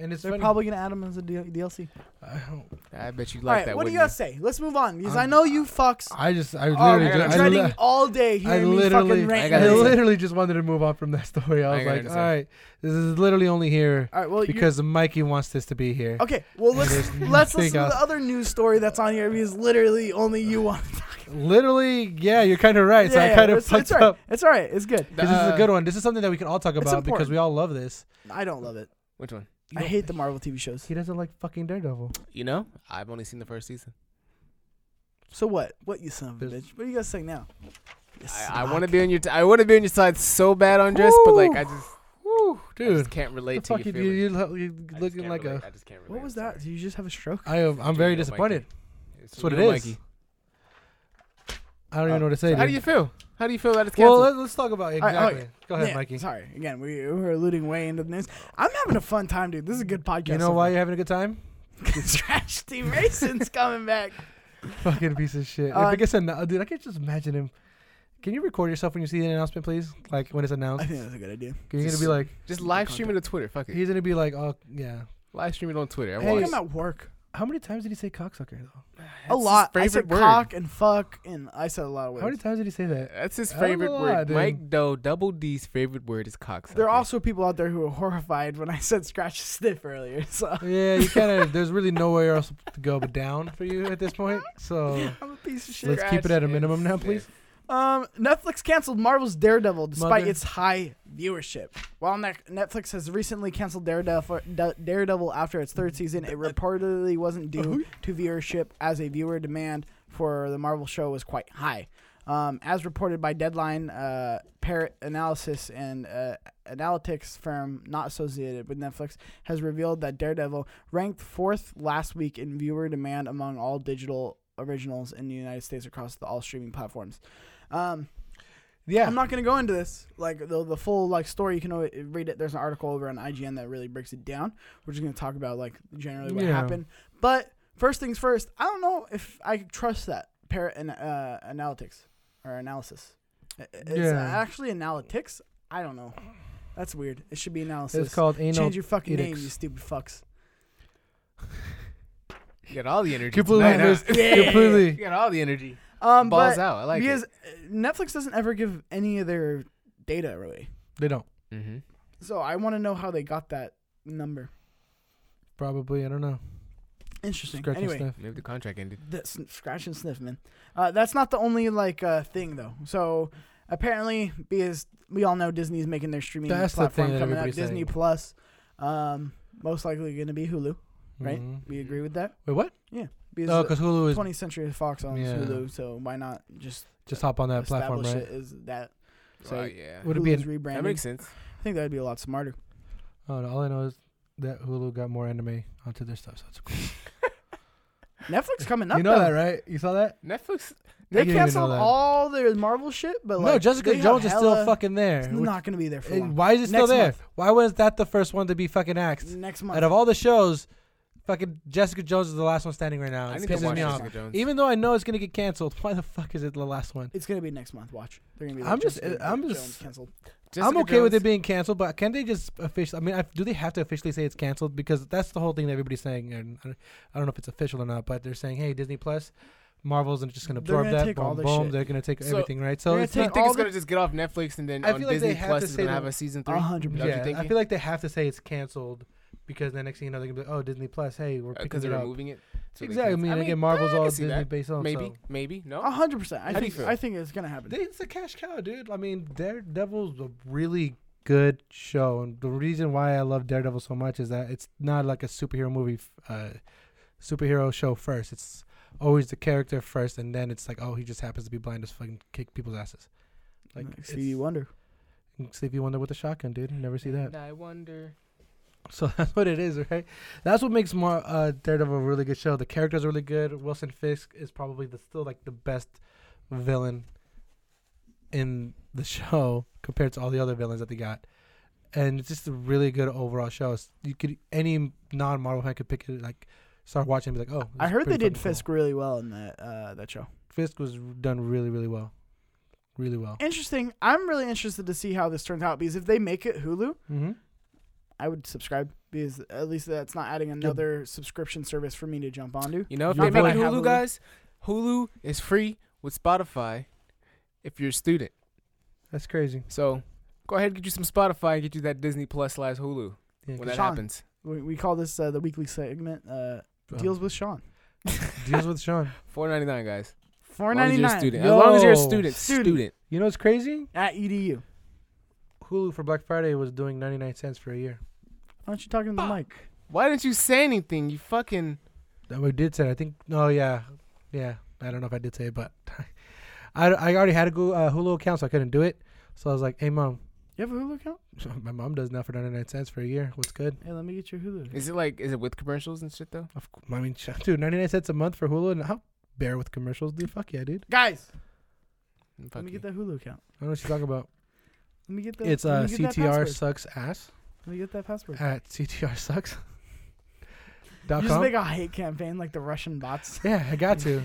C: and it's
A: They're
C: funny.
A: probably gonna add him as a D- DLC.
C: I, don't,
B: I bet you
A: all
B: like
A: right,
B: that.
A: what do you
B: wouldn't
A: guys say? Let's move on because i
C: I'm-
A: know you fucks
C: I just.
B: Oh,
A: are
C: I literally.
B: I gotta
C: Just, I,
A: dreading
C: li-
A: all day
C: I
A: hearing me
C: literally.
A: fucking
C: I,
A: rant.
B: gotta say-
C: literally just wanted to move on from that story. I
B: I
C: was
B: gotta
C: like, all
B: say.
C: right, this is literally only here
A: all right, well, you,
C: because Mikey wants this to be here.
A: Okay, well let's
C: There's
A: let's
C: nothing
A: listen to
C: else.
A: the other news story that's on here because literally only you want.
C: Literally, yeah, you're kind of right. so I
A: Yeah,
C: kind of
A: it's, it's
C: fucked
A: all right.
C: up.
A: It's all right. It's good.
C: 'Cause
B: Uh,
C: this is a good one. This is something that we can all talk
A: It's
C: about because we all love this.
A: I don't love it.
B: Which one?
A: I hate the Marvel TV shows.
C: He doesn't like fucking Daredevil.
B: You know, I've only seen the first season.
A: So what? What you son of a
C: There's-
A: bitch? What are you guys saying now? You
B: I, I
A: snob.
B: want to be on your. T- I want to be on your side so bad, Andres. But like, I just,
C: Woo,
B: I
C: dude.
B: just can't relate
C: the
B: to
C: fuck
B: your
C: you,
B: feelings.
C: you, you, you
B: I just
C: looking
B: can't
C: like
B: relate.
C: a.
B: I just can't relate.
A: What was
B: I'm
A: that?
B: sorry.
A: Did you just have a stroke?
C: I am. I'm
B: Dude,
C: very
B: yo, Mikey.
C: disappointed.
B: It's
C: That's what
B: you,
C: it is.
B: Mikey.
C: I don't
A: Uh,
C: even know what to say.
B: How do
C: dude.
B: you feel? How do you feel that it's
C: Well,
B: canceled?
C: let, let's talk about
A: right,
C: exactly. Go ahead,
A: Yeah,
C: Mikey.
A: Sorry again. We we were alluding way into the news. I'm having a fun time, dude. This is a good podcast.
C: You know
A: so
C: why
A: far.
C: you're having a good time?
A: Scratch Team Racing's coming back.
C: Fucking piece of shit.
A: Uh,
C: if it gets announced, dude, I can just imagine him. Can you record yourself when you see the announcement, please? Like when it's announced,
A: I think that's a good idea.
C: you're gonna
B: just-
C: be like,
B: just live stream it to Twitter. Fuck it.
C: he's gonna be like, oh yeah.
B: Live stream it on Twitter. I
C: Hey,
B: want
A: Like
B: it.
A: I'm at work
C: How many times did he say cocksucker though?
B: That's
A: a lot.
B: His
A: I
B: favorite
A: said
B: word.
A: cock and fuck, and I said a lot of words.
C: How many times did he say that?
B: That's his
C: That was a
B: favorite
C: lot,
B: word.
C: dude.
B: Mike Doe, Double D's favorite word is cocksucker.
A: There are also people out there who are horrified when I said scratch sniff earlier. So
C: Yeah, you kind of. there's really nowhere else to go but down for you at this point. So
A: I'm a piece of shit.
C: let's keep it at a minimum now, please.
A: Um, Netflix canceled Marvel's Daredevil despite
C: Mother.
A: its high viewership. While ne- Netflix has recently canceled Daredevil, Da- Daredevil after its third season, it reportedly wasn't due to viewership as a viewer demand for the Marvel show was quite high. Um, as reported by Deadline, uh, Parrot Analysis and uh, analytics firm not associated with Netflix has revealed that Daredevil ranked fourth last week in viewer demand among all digital originals in the United States across the, all streaming platforms. Um,
C: Yeah,
A: I'm not gonna go into this like the the full like story. You can always read it. There's an article over on IGN that really breaks it down. We're just gonna talk about like generally what
C: Yeah.
A: happened. But first things first, I don't know if I could trust that parrot and uh, analytics or analysis. I- It's
C: Yeah.
A: actually analytics. I don't know. That's weird. It should be analysis.
C: it's called anal.
A: Change your fucking name,
C: analytics.
A: you stupid fucks.
B: You got all the energy.
C: Completely,
B: tonight, huh?
C: missed, completely.
B: You got all the energy.
A: Um,
B: Balls
A: but
B: out. I like
A: because
B: it.
A: uh, Netflix doesn't ever give any of their data really,
C: They don't.
B: Mm-hmm.
A: so I want to know how they got that number.
C: Probably, I don't know.
A: Interesting.
C: Scratch
A: anyway,
C: stuff.
B: Maybe the contract ended.
A: the sn- scratch and sniff, man. Uh, that's not the only like uh, thing though. So apparently, because we all know Disney's making their streaming
C: That's the
A: platform
C: thing that
A: coming up,
C: everybody's
A: Disney
C: saying.
A: Plus, um, most likely going to be Hulu. Right?
C: Mhm.
A: We agree with that.
C: Wait, what?
A: Because
C: Oh, because Hulu is
A: 20th Century Fox owns
C: Yeah.
A: Hulu, so why not just
C: just hop on that platform,
A: establish
C: right?
A: it as that? So
B: So yeah,
C: Would it be
A: Hulu's
C: an-
A: rebranding?
B: that makes sense.
A: I think that'd be a lot smarter.
C: Oh, no, all I know is that Hulu got more anime onto their stuff, so it's cool.
A: Netflix coming up.
C: you know
A: though.
C: that, right? You saw that?
B: Netflix.
A: They
C: didn't even know
A: canceled
C: that.
A: all their Marvel shit, but
C: no,
A: like,
C: Jessica
A: they have
C: Jones is still
A: hella-
C: fucking there.
A: It's
C: Which-
A: not going to be there for
C: eh,
A: long.
C: why is it still
A: Next
C: there?
A: month.
C: Why was that the first one to be fucking axed?
A: Next month.
C: Out of all the shows, fucking Jessica Jones is the last one standing right now.
B: I
C: It
B: need to
C: pisses
B: watch
C: me off.
B: Jessica Jones.
C: Even though I know it's gonna get canceled, why the fuck is it the last one?
A: It's gonna be next month. Watch. They're gonna be.
C: I'm
A: Like,
C: just-
A: Jessica
C: I'm
A: Jones
C: just-
A: canceled.
B: Jessica
C: I'm okay
B: Jones,
C: with it being canceled, but can they just officially? I mean, I, do they have to officially say it's canceled? Because that's the whole thing that everybody's saying, and I don't- I don't know if it's official or not. But they're saying, "Hey, Disney Plus, Marvel's just going to
A: They're
C: absorb
A: gonna
C: that.
A: take
C: boom,
A: all their
C: boom.
A: shit.
C: They're going to take
B: So,
C: everything, right? So
A: they're
C: it's
A: gonna
C: not
B: You
A: take
B: think
A: all
B: it's
A: the-
B: gonna just get off Netflix and then
C: I
B: on
C: feel like they
B: Disney
C: have
B: Plus
C: to
B: is
C: say
B: gonna
C: that-
B: have a season three?
A: A hundred
B: Is that what you're
A: percent.
C: yeah, I
B: thinking?
C: feel like they have to say it's canceled because the next thing you know they're going to be like, oh, Disney Plus, hey, we're picking
B: Because
C: it
B: Uh, they're
C: up.
B: removing it. so they
C: exactly. I
B: can-
C: mean,
B: I
C: again,
B: mean,
C: Marvel's
B: I
C: all
B: can see
C: Disney
B: that.
C: based on
B: maybe,
C: so-
B: maybe no.
A: A hundred percent. I
B: How do
A: think
B: you feel?
A: I think it's gonna happen.
C: They- It's a cash cow, dude. I mean, Daredevil's a really good show, and the reason why I love Daredevil so much is that it's not like a superhero movie, f- uh, superhero show first. It's always the character first, and then it's like, oh, he just happens to be blind as fucking kick people's asses. Like,
A: Like Stevie Wonder.
C: Sleepy Wonder with a shotgun, dude. You never see that.
B: I wonder.
C: So that's what it is, right? That's what makes Mar- uh, Daredevil a really good show. The characters are really good. Wilson Fisk is probably the, still like the best villain in the show compared to all the other villains that they got, and it's just a really good overall show. It's- You could any non-Marvel fan could pick it, like start watching, and be like, oh.
A: I
C: it's
A: heard they
C: pretty
A: did
C: fucking cool.
A: Fisk really well in that uh, that show.
C: Fisk was done really, really well, really well.
A: Interesting. I'm really interested to see how this turns out because if they make it Hulu,
C: Mm-hmm.
A: I would subscribe because at least that's not adding another subscription service for me to jump onto.
B: You know, if
A: Not
B: they
A: that
B: make
A: I
B: it
A: have
B: Hulu,
A: Hulu.
B: guys, Hulu is free with Spotify if you're a student.
C: That's crazy.
B: So go ahead and get you some Spotify and get you that Disney Plus slash Hulu
C: Yeah,
B: when that
A: Sean.
B: happens.
A: We, we call this uh, the weekly segment uh,
C: Um,
A: deals with Sean.
C: deals with Sean.
B: Four ninety nine, guys.
A: Four
B: As long as
A: ninety
B: you're a
A: nine
B: student. As long as you're a
C: Yo,
B: student,
A: student.
B: student.
C: You know what's crazy?
A: at E EDU.
C: Hulu for Black Friday was doing 99 cents for a year.
A: Why don't you talking to the mic?
B: Why didn't you say anything? You fucking
C: That we did say. it. I think. No, yeah, yeah. I don't know if I did say it, but I, I already had a Gu- uh, Hulu account, so I couldn't do it. So I was like, "Hey, mom,
A: You have a Hulu account?
C: my mom does now for 99 cents for a year. What's good?"
A: Hey, let me get your Hulu.
B: is it like is it with commercials and shit though?
C: Of, cou- I mean, sh- dude, 99 cents a month for Hulu, and I'll bear with commercials, dude. Fuck yeah, dude.
A: Guys,
B: Mm, Fuck
A: let me
B: you.
A: get that Hulu account.
C: I don't know what you're talking about.
A: Let me get that.
C: It's
A: let
C: uh,
A: me get that
C: CTR
A: password.
C: sucks ass
A: Let me get that password.
C: at CTR sucks.
A: You
C: dot
A: just
C: com.
A: make a hate campaign like the Russian bots.
C: yeah, I got to.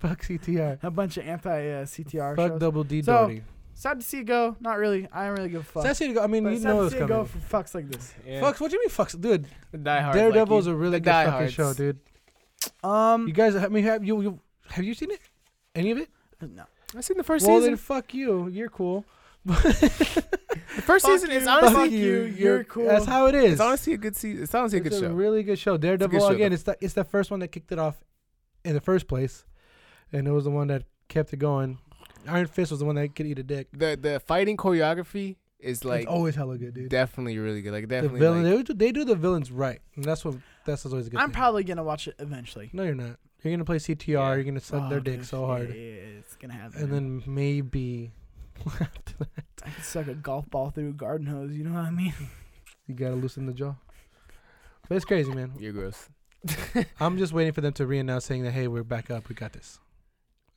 C: Fuck CTR.
A: a bunch of anti uh, CTR
C: Fuck
A: shows.
C: double D
A: So,
C: Doherty.
A: Sad to see it go. Not really. I don't really give a fuck.
C: So that's it. I mean,
A: but
C: you
A: sad
C: know
A: to
C: what's
A: see it go
C: coming.
A: for fucks like this.
B: Yeah.
C: Fucks? What do you mean, fucks, dude?
B: the Die Hard.
C: Daredevil is
B: like
C: a really
B: the
C: good fucking
B: diehards.
C: show, dude.
A: Um,
C: You guys, I mean, have you, you have you seen it? Any of it?
A: no.
B: a, I seen the first
C: well, then
B: season.
C: fuck you. You're cool.
B: The first
A: fuck
B: season is
A: you,
B: honestly
A: fuck you, you're cool.
C: That's how it is.
B: it's honestly a good season. It's honestly a
C: It's
B: good show.
C: really good show. Daredevil
B: show,
C: again.
B: though.
C: It's the it's the first one that kicked it off in the first place, and it was the one that kept it going. Iron Fist was the one that could eat a dick.
B: the the fighting choreography is like
C: it's always hella good, dude.
B: definitely really good. Like
C: The
B: definitely
C: villain,
B: like,
C: they, do, they do the villains right, and that's what that's always a good.
A: I'm
C: thing.
A: probably gonna watch it eventually.
C: no, you're not. You're gonna play CTR.
B: Yeah.
C: You're gonna suck
A: Oh,
C: their dick
A: dude.
C: so
A: Yeah,
C: hard,
A: yeah, yeah, it's gonna happen.
C: and then maybe
A: I could suck a golf ball through a garden hose. You know what I mean?
C: You gotta loosen the jaw. But it's crazy, man.
B: you're gross.
C: I'm just waiting for them to re-announce saying that hey, we're back up, we got this,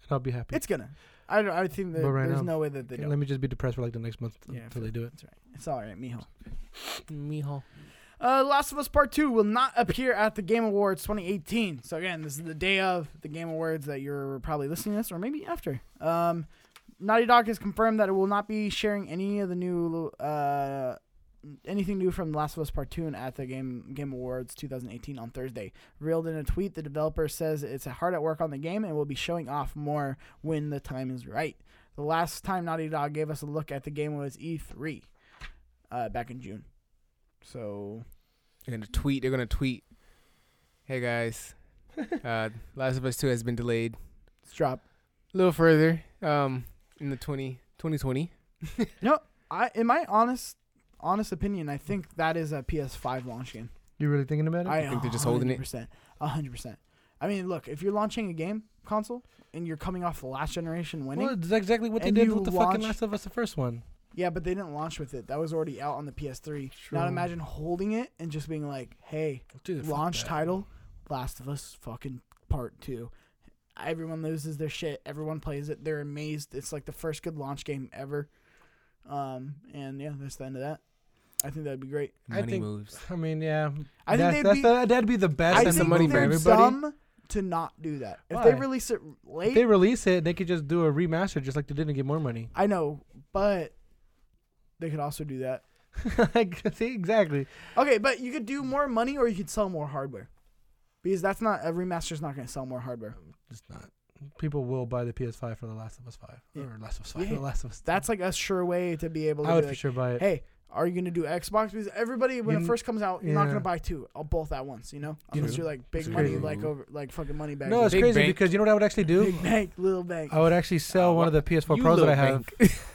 C: and I'll be happy.
A: It's gonna. I don't. I think that
C: But right
A: there's
C: now-
A: no way that they
C: Let
A: don't.
C: me just be depressed for like the next month
A: Yeah,
C: until they do it.
A: That's right. It's all right, mijo.
B: Mijo.
A: Uh, Last of Us Part Two will not appear at the Game Awards 2018. So again, this is the day of the Game Awards that you're probably listening to this, or maybe after. Um, Naughty Dog has confirmed that it will not be sharing any of the new uh, anything new from The Last of Us Part Two at the Game Game Awards 2018 on Thursday. Reeled in a tweet, the developer says it's hard at work on the game and will be showing off more when the time is right. The last time Naughty Dog gave us a look at the game was E3 uh, back in June. So
B: They're gonna tweet. They're gonna tweet. Hey guys, uh, Last of Us Two has been delayed
A: Let's drop.
B: a little further. Um, in the 20, 2020.
A: I, in my honest, honest opinion, I think that is a PS5 launch game.
C: You really thinking about it?
A: I
B: think they're just holding it?
A: 100%, A hundred percent. I mean, look, if you're launching a game console and you're coming off the last generation winning,
C: well, that's exactly what they
A: And
C: did
A: you
C: with the
A: watch-
C: fucking Last of Us, the first one.
A: yeah, but they didn't launch with it. That was already out on the PS3.
C: True.
A: Now imagine holding it and just being like, "Hey,
C: Dude, fuck
A: launch
C: that.
A: title, Last of Us, fucking part two. Everyone loses their shit. Everyone plays it. They're amazed. It's like the first good launch game ever. Um, and yeah, that's the end of that. I think that'd be great.
C: I
B: Money
C: think-
B: moves.
C: I mean, yeah.
A: I think
C: That-
A: they'd
C: that's
A: be-
C: the- that'd be the best.
A: I
C: and
A: think
B: the
C: the
B: money
C: money
B: for
C: for
A: they're
C: everybody.
A: dumb to not do that. If they
C: Why?
A: release it late,
C: If they release it, they could just do a remaster, just like they did, and get more money.
A: I know, but they could also do that.
C: See, exactly.
A: Okay, but you could do more money or you could sell more hardware. Because that's not a remaster's not going to sell more hardware.
C: It's not. people will buy the PS5 for The Last of Us 5
A: Yeah.
C: or Last of Us 5,
A: Yeah.
C: The Last of Us. 2.
A: That's like a sure way to be able to.
C: I
A: be
C: would for
A: like,
C: sure buy it.
A: Hey, are you gonna do Xbox? Because everybody, when
C: You-
A: it first comes out, you're not
C: yeah.
A: gonna buy two, uh, both at once. You know, unless
C: True.
A: you're like big
B: It's
A: money,
B: crazy.
A: like over, like fucking money back.
C: no, it's
B: Big
C: crazy
B: bank.
C: because you know what I would actually do?
A: big bank, little bank.
C: I would actually sell
B: Uh,
C: one of the PS4 Pros that I have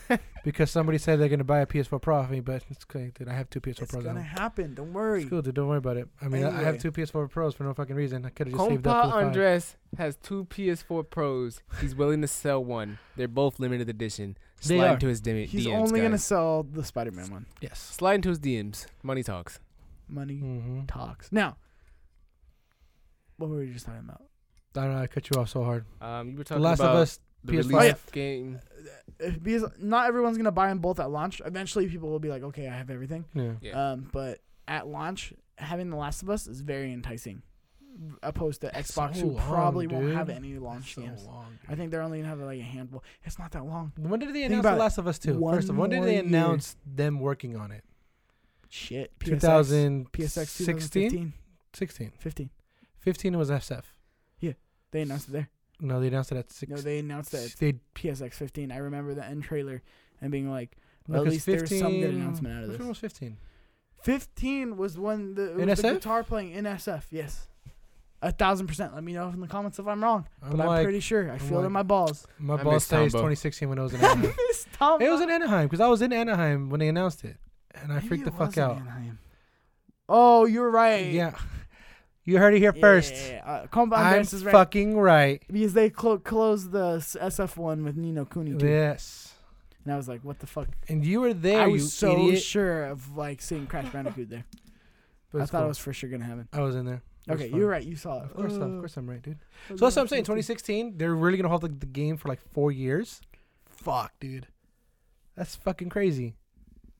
B: have.
C: because somebody said they're gonna buy a PS4 Pro off me, but it's okay, dude. I have two PS4
A: it's
C: Pros.
A: gonna
C: now.
A: happen. Don't worry.
C: It's cool, dude. Don't worry about it. I mean, I I
A: Anyway.
C: have two PS4 Pros for no fucking reason. I could have just saved up for
B: Compa
C: the five.
B: Andres has two PS4 Pros. He's willing to sell one. They're both limited edition.
C: They
B: Slide
C: are.
B: into his dim-
A: He's
B: DMs.
A: only gonna
B: guys.
A: sell the Spider-Man one.
C: Yes.
B: Slide into his DMs. Money talks.
A: Money
C: Mm-hmm.
A: talks. Now, what were we just talking about?
C: I don't know. I cut you off so hard.
B: Um, you were
C: The
B: talking
C: Last
B: about
C: of Us.
B: the
C: PS5.
B: release
A: Oh, yeah.
B: game.
A: Uh, Because not everyone's gonna buy them both at launch. Eventually, people will be like, "Okay, I have everything."
C: Yeah.
B: Oh, Yeah.
A: Um, but at launch, having The Last of Us is very enticing, opposed to
C: That's
A: Xbox,
C: so
A: who probably
C: long,
A: won't have
C: dude.
A: any launch
C: So
A: games.
C: long,
A: I think they're only gonna have like a handful. It's not that long.
C: dude. When did they
A: Think
C: announce The
A: about it.
C: Last of Us 2?
A: One
C: First of all, when did
A: more
C: they
A: year.
C: announce them working on it?
A: Shit. PSX,
C: 2000
A: PSX
C: 16?
A: 2015,
C: 16.
A: 15.
C: 15 was SF.
A: They announced it there.
C: No, they announced it at 6.
A: No, they announced that it's
C: they
A: PSX 15. I remember the end trailer and being like,
C: no,
A: at
C: 'cause
A: least there's some good
C: 15
A: announcement out of
C: Which
A: this.
C: one was 15?
A: 15 was when the, it was the
C: NSF?
A: guitar playing NSF. Yes. A thousand percent. Let me know in the comments if I'm wrong.
C: I'm
A: But I'm,
C: like,
A: pretty sure. I
C: I'm
A: feel it
C: like-
A: in my balls.
C: my
B: I
C: boss
B: miss
C: says
B: Tombo.
C: 2016 when it was in
A: I
C: Anaheim.
A: missed Tom.
C: it was in Anaheim because I was in Anaheim when they announced it, and I
A: Maybe
C: freaked the
A: it
C: fuck
A: was in
C: out.
A: Anaheim. Oh, you're right.
C: Yeah, you heard it here
A: Yeah,
C: first.
A: yeah, yeah. Uh, Combo
C: I'm
A: Dance is right.
C: fucking right.
A: Because they clo- closed the s- SF one with Nino Cooney, too.
C: Yes,
A: and I was like, "What the fuck?"
C: and you were there.
A: I
C: you
A: was so
C: idiot.
A: sure of like seeing Crash Bandicoot there.
C: But
A: I
C: it's
A: thought
C: cool.
A: it was for sure gonna happen.
C: I was in there. It was
A: Okay,
C: fun.
A: you were right. You saw it.
C: Of course, I'm,
A: Uh,
C: of course, I'm right, dude.
A: I was
C: So that's what
A: like,
C: I'm saying. 2016, they're really gonna hold the, the game for like four years. Fuck, dude, that's fucking crazy.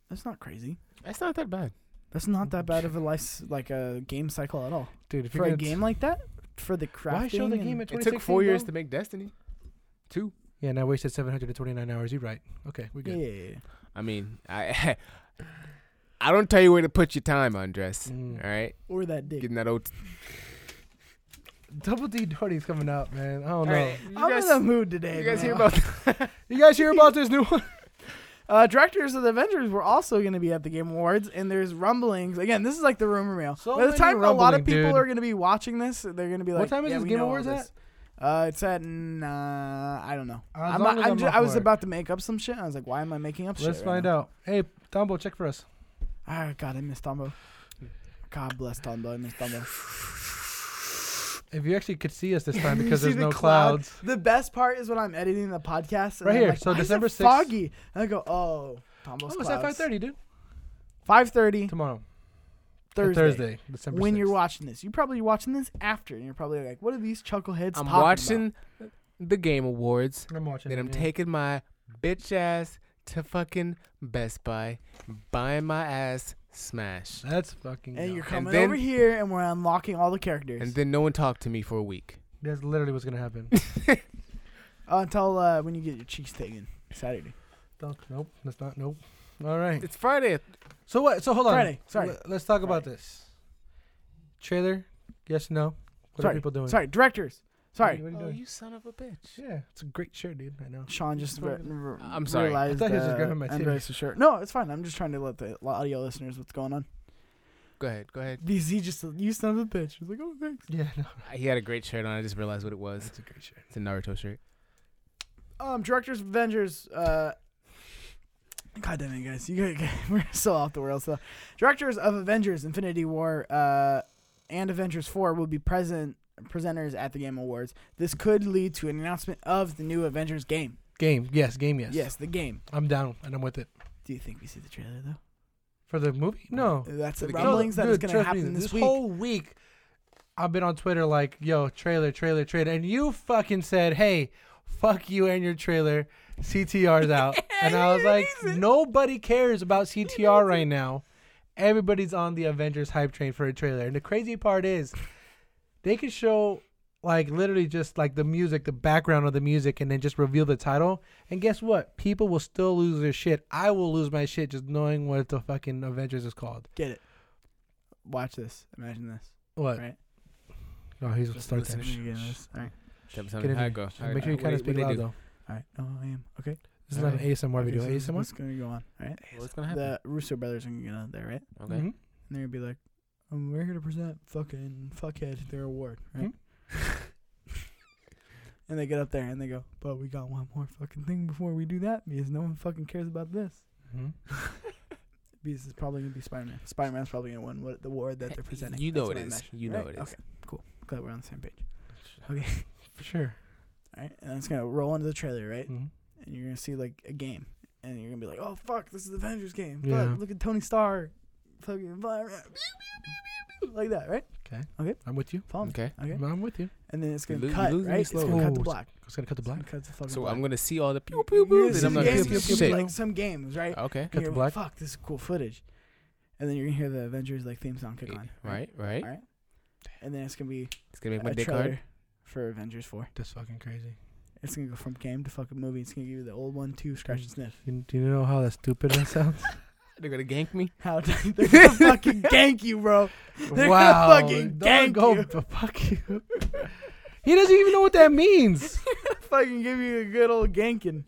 A: That's not crazy.
B: That's not that bad.
A: That's not that bad of a life, like a game cycle at all.
C: Dude, if
A: For
C: you're
A: a
C: gonna-
A: game like that, for the crafting.
C: why show the
A: and-
C: game at 2016?
B: It took four years
C: bro?
B: to make Destiny. Two.
C: Yeah, and I wasted 729 hours. You're right. Okay, we're
A: Yeah,
C: good.
A: yeah, yeah.
B: I mean, I I don't tell you where to put your time, Andres.
C: Mm.
B: All right,
A: Or that dick.
B: getting that old.
C: Double D Doherty's coming out, man. I don't know.
B: Oh, you
A: I'm
B: guys,
A: in the mood today.
B: you guys
A: bro.
B: hear about?
C: You guys hear about this new one?
A: Uh, directors of the Avengers were also going to be at the Game Awards, and there's rumblings. Again, this is like the rumor mill.
C: So
A: By the
C: many
A: time a lot of
C: rumbling,
A: people
C: dude.
A: are going to be watching this, they're going to be
C: What
A: like,
C: time is
A: yeah,
C: this
A: we
C: Game
A: know all
C: Awards
A: this. Uh, it's at nah, I don't know.
C: As
A: I'm,
C: long
A: not,
C: as
A: I'm
C: I'm
A: ju-
C: off
A: I was
C: work.
A: about to make up some shit. and I was like, why am I making up shit?
C: Let's find out. Hey, Tombo, check for us.
A: out. Ah, God, I miss Tombo. God bless Tombo. I miss Tombo.
C: If you actually could see us this time
A: You
C: because
A: see
C: there's
A: the
C: no
A: cloud?
C: clouds.
A: The best part is when I'm editing the podcast. And
C: Right
A: I'm
C: here.
A: Like,
C: So
A: why is it
C: December 6th.
A: foggy. And I go, oh, Tombo's
C: Oh, it's at
A: clouds.
C: 5:30, dude.
A: 5:30
C: Tomorrow,
A: Thursday.
C: uh, Thursday, December.
A: when you're
C: 6th.
A: watching this. You're probably watching this after, and you're probably like, "What are these chuckleheads?"
B: I'm
A: talking
B: watching
A: about?"
B: the Game Awards.
C: I'm watching.
B: Then I'm
C: yeah.
B: taking my bitch ass to fucking Best Buy, buying my ass Smash,
C: That's fucking.
A: and
C: dumb.
A: you're coming
B: then-
A: over here, and we're unlocking all the characters
B: and then no one talked to me for a week.
C: That's literally what's gonna happen.
A: Uh, until uh, when you get your cheeks taken Saturday.
C: Don't- nope, that's not. Nope. All right.
B: It's Friday.
C: So what? So hold on.
A: Friday, sorry.
C: Let- Let's talk about this. Trailer? Yes. No. What
A: Sorry,
C: are people doing?
A: Sorry, directors. Sorry,
C: What are you
B: Oh,
C: doing?
B: you son of a bitch!
C: Yeah, it's a great shirt, dude. I know.
A: Sean just. Re- re-
B: I'm sorry. I
A: Realized,
C: thought he was
A: uh,
C: just grabbing my
A: Andres' shirt. No, it's fine. I'm just trying to let the audio listeners what's going on.
B: Go ahead, go ahead.
A: Because he just you son of a bitch. He's like, oh thanks.
C: Yeah, no,
B: He had a great shirt on. I just realized what it was.
C: that's a great shirt.
B: It's a Naruto shirt.
A: Um, directors of Avengers. Uh, God damn it, guys! You guys, we're so off the world. So, directors of Avengers: Infinity War uh, and Avengers Four will be present presenters at the Game Awards. This could lead to an announcement of the new Avengers game.
C: Game. Yes. Game. Yes.
A: Yes, the game.
C: I'm down and I'm with it.
A: Do you think we see the trailer though?
C: For the movie? No.
A: That's the
B: The game.
A: Uh, rumblings that
C: dude,
A: is going to
C: Oh. trust me,
A: happen this,
C: this
A: week.
C: whole week, I've been on Twitter like, yo, trailer, trailer, trailer. And you fucking said, hey, fuck you and your trailer. CTR's out. and I was like, nobody cares about CTR right now. Everybody's on the Avengers hype train for a trailer. And the crazy part is, they can show like literally just like the music, the background of the music, and then just reveal the title. And guess what? People will still lose their shit. I will lose my shit just knowing what the fucking Avengers is called.
A: Get it? Watch this. Imagine this.
C: What?
A: Right.
C: No, he's
B: Just
C: start
B: listen
C: that.
B: to
A: Imagine this. All right.
B: Tell me, tell
C: Get
B: me
C: in
B: how
C: there.
B: it go. How
C: Make
B: it go.
C: sure you kind
B: What
C: of
B: do you- what
C: speak
B: do you
C: loud
B: do?
C: though.
A: All right. Oh, I am. Okay.
C: This is not an
B: Alright.
C: ASMR video.
A: okay,
C: ASMR.
A: What's gonna go on? All right.
B: What's gonna happen?
A: The Russo brothers are gonna get on there, right?
B: Okay.
C: Mhm.
A: And they're gonna be like, um, "We're here to present fucking fuckhead their award," right?
B: Hmm?
A: and they get up there and they go, "But we got one more fucking thing before we do that because no one fucking cares about this."
C: Mhm.
A: Because it's probably gonna be Spider Man. Spider Man's probably gonna win what the award that they're presenting.
B: You know
A: That's
B: it
A: what I
B: is.
A: imagine,
B: You know
A: right?
B: it is.
A: Okay, cool. Glad we're on the same page.
C: For sure.
A: All right, and it's gonna roll into the trailer, right?
C: Mhm.
A: and you're gonna see like a game, and you're gonna be like, "Oh fuck, this is the Avengers game! Fuck,
C: Yeah.
A: look at Tony Stark, fucking blah, blah, blah, blah," like that, right?
C: I'm with you.
A: Follow me,
B: Okay.
A: okay?
C: I'm with you.
A: And then it's
B: You
A: gonna
B: lo-
A: cut,
B: you lose me
A: right? It's gonna
C: slowly.
A: cut the
C: Ooh,
A: black.
C: It's gonna cut the
A: It's gonna
C: black.
A: cut the fucking
B: So
A: black.
B: I'm gonna see all the pew
A: You're
B: pew pew. Uh,
A: gonna
B: Then
A: see
B: I'm not
A: games,
B: gonna
C: pew,
B: see
C: pew, pew,
A: you're gonna see,
B: shit.
A: like some games, right?
B: Okay.
A: And
C: Cut the
A: you're
C: black.
A: Like, Fuck, this is cool footage. And then you're gonna hear the Avengers like theme song kick on,
B: Right. Right.
A: Alright. And then it's gonna be
B: It's gonna make my
A: a
B: dick
A: trailer
B: hard.
A: for Avengers Four.
C: That's fucking crazy.
A: It's gonna go from game to fucking movie. It's gonna give you the old one, two, scratch and sniff.
C: You, do you know how that stupid that sounds?
B: They're gonna gank me.
A: How they're gonna fucking gank you, bro. They're gonna fucking gank you.
C: but fuck you. He doesn't even know what that means.
A: fucking give you a good old ganking.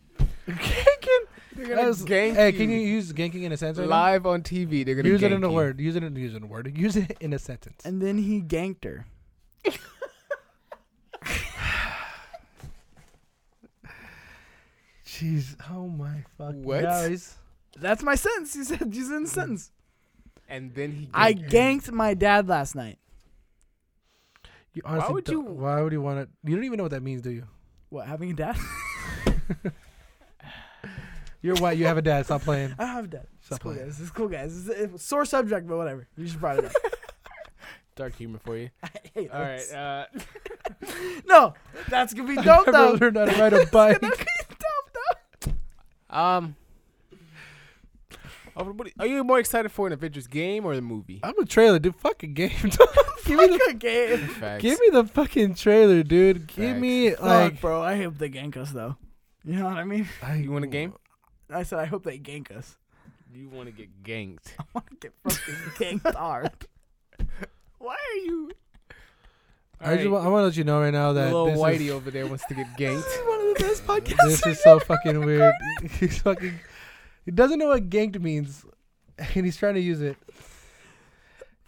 B: Ganking. They're gonna
C: That's-
B: gank
C: hey,
B: you.
C: can you use ganking in a sentence? right now?
B: live on TV? They're gonna
C: Use
B: gank
C: it in a
B: you.
C: word. Use it in use it in a word. Use it in a sentence.
A: And then he ganked her.
C: Jeez. Oh my fuck.
B: What?
C: Guys.
A: That's my sentence. He said, he's in a sentence.
B: And then he.
A: I
B: ganked you.
A: ganked my dad last night.
C: You honestly
B: would
C: don't-
B: you-
C: Why would you want it? You don't even know what that means, do you?
A: What, having a dad?
C: You're white. You have a dad. Stop playing.
A: I don't have a dad. It's
C: Stop
A: cool,
C: playing.
A: guys. It's cool, guys. It's a- it's a sore subject, but whatever. You just brought it up.
B: Dark humor for you.
A: I hate
B: All right.
A: this.
B: Uh,
A: No, that's going to be dope,
C: I
A: though.
C: learned how to ride a bike.
B: um. oh, what- Are you more excited for an Avengers game or the movie?
C: I'm a trailer, dude. Fuck a game. give me the
A: Fuck a game.
B: Facts.
C: give me the fucking trailer, dude. Give
B: Facts.
C: me
A: Like,
C: like
A: bro, I hope they gank us, though. You know what I mean?
C: I,
B: You want a game?
A: I said, I hope they gank us.
B: You want to get ganked?
A: I want to get fucking ganked hard.
B: Why are you?
C: I just want, I want to let you know right now that
B: little
C: this
B: whitey
C: is,
B: over there wants to get
A: This is
B: ganked.
A: one of the best podcasts.
C: this
A: I've
C: is so
A: ever
C: fucking weird.
A: recorded.
C: he's fucking he doesn't know what ganked means, and he's trying to use it.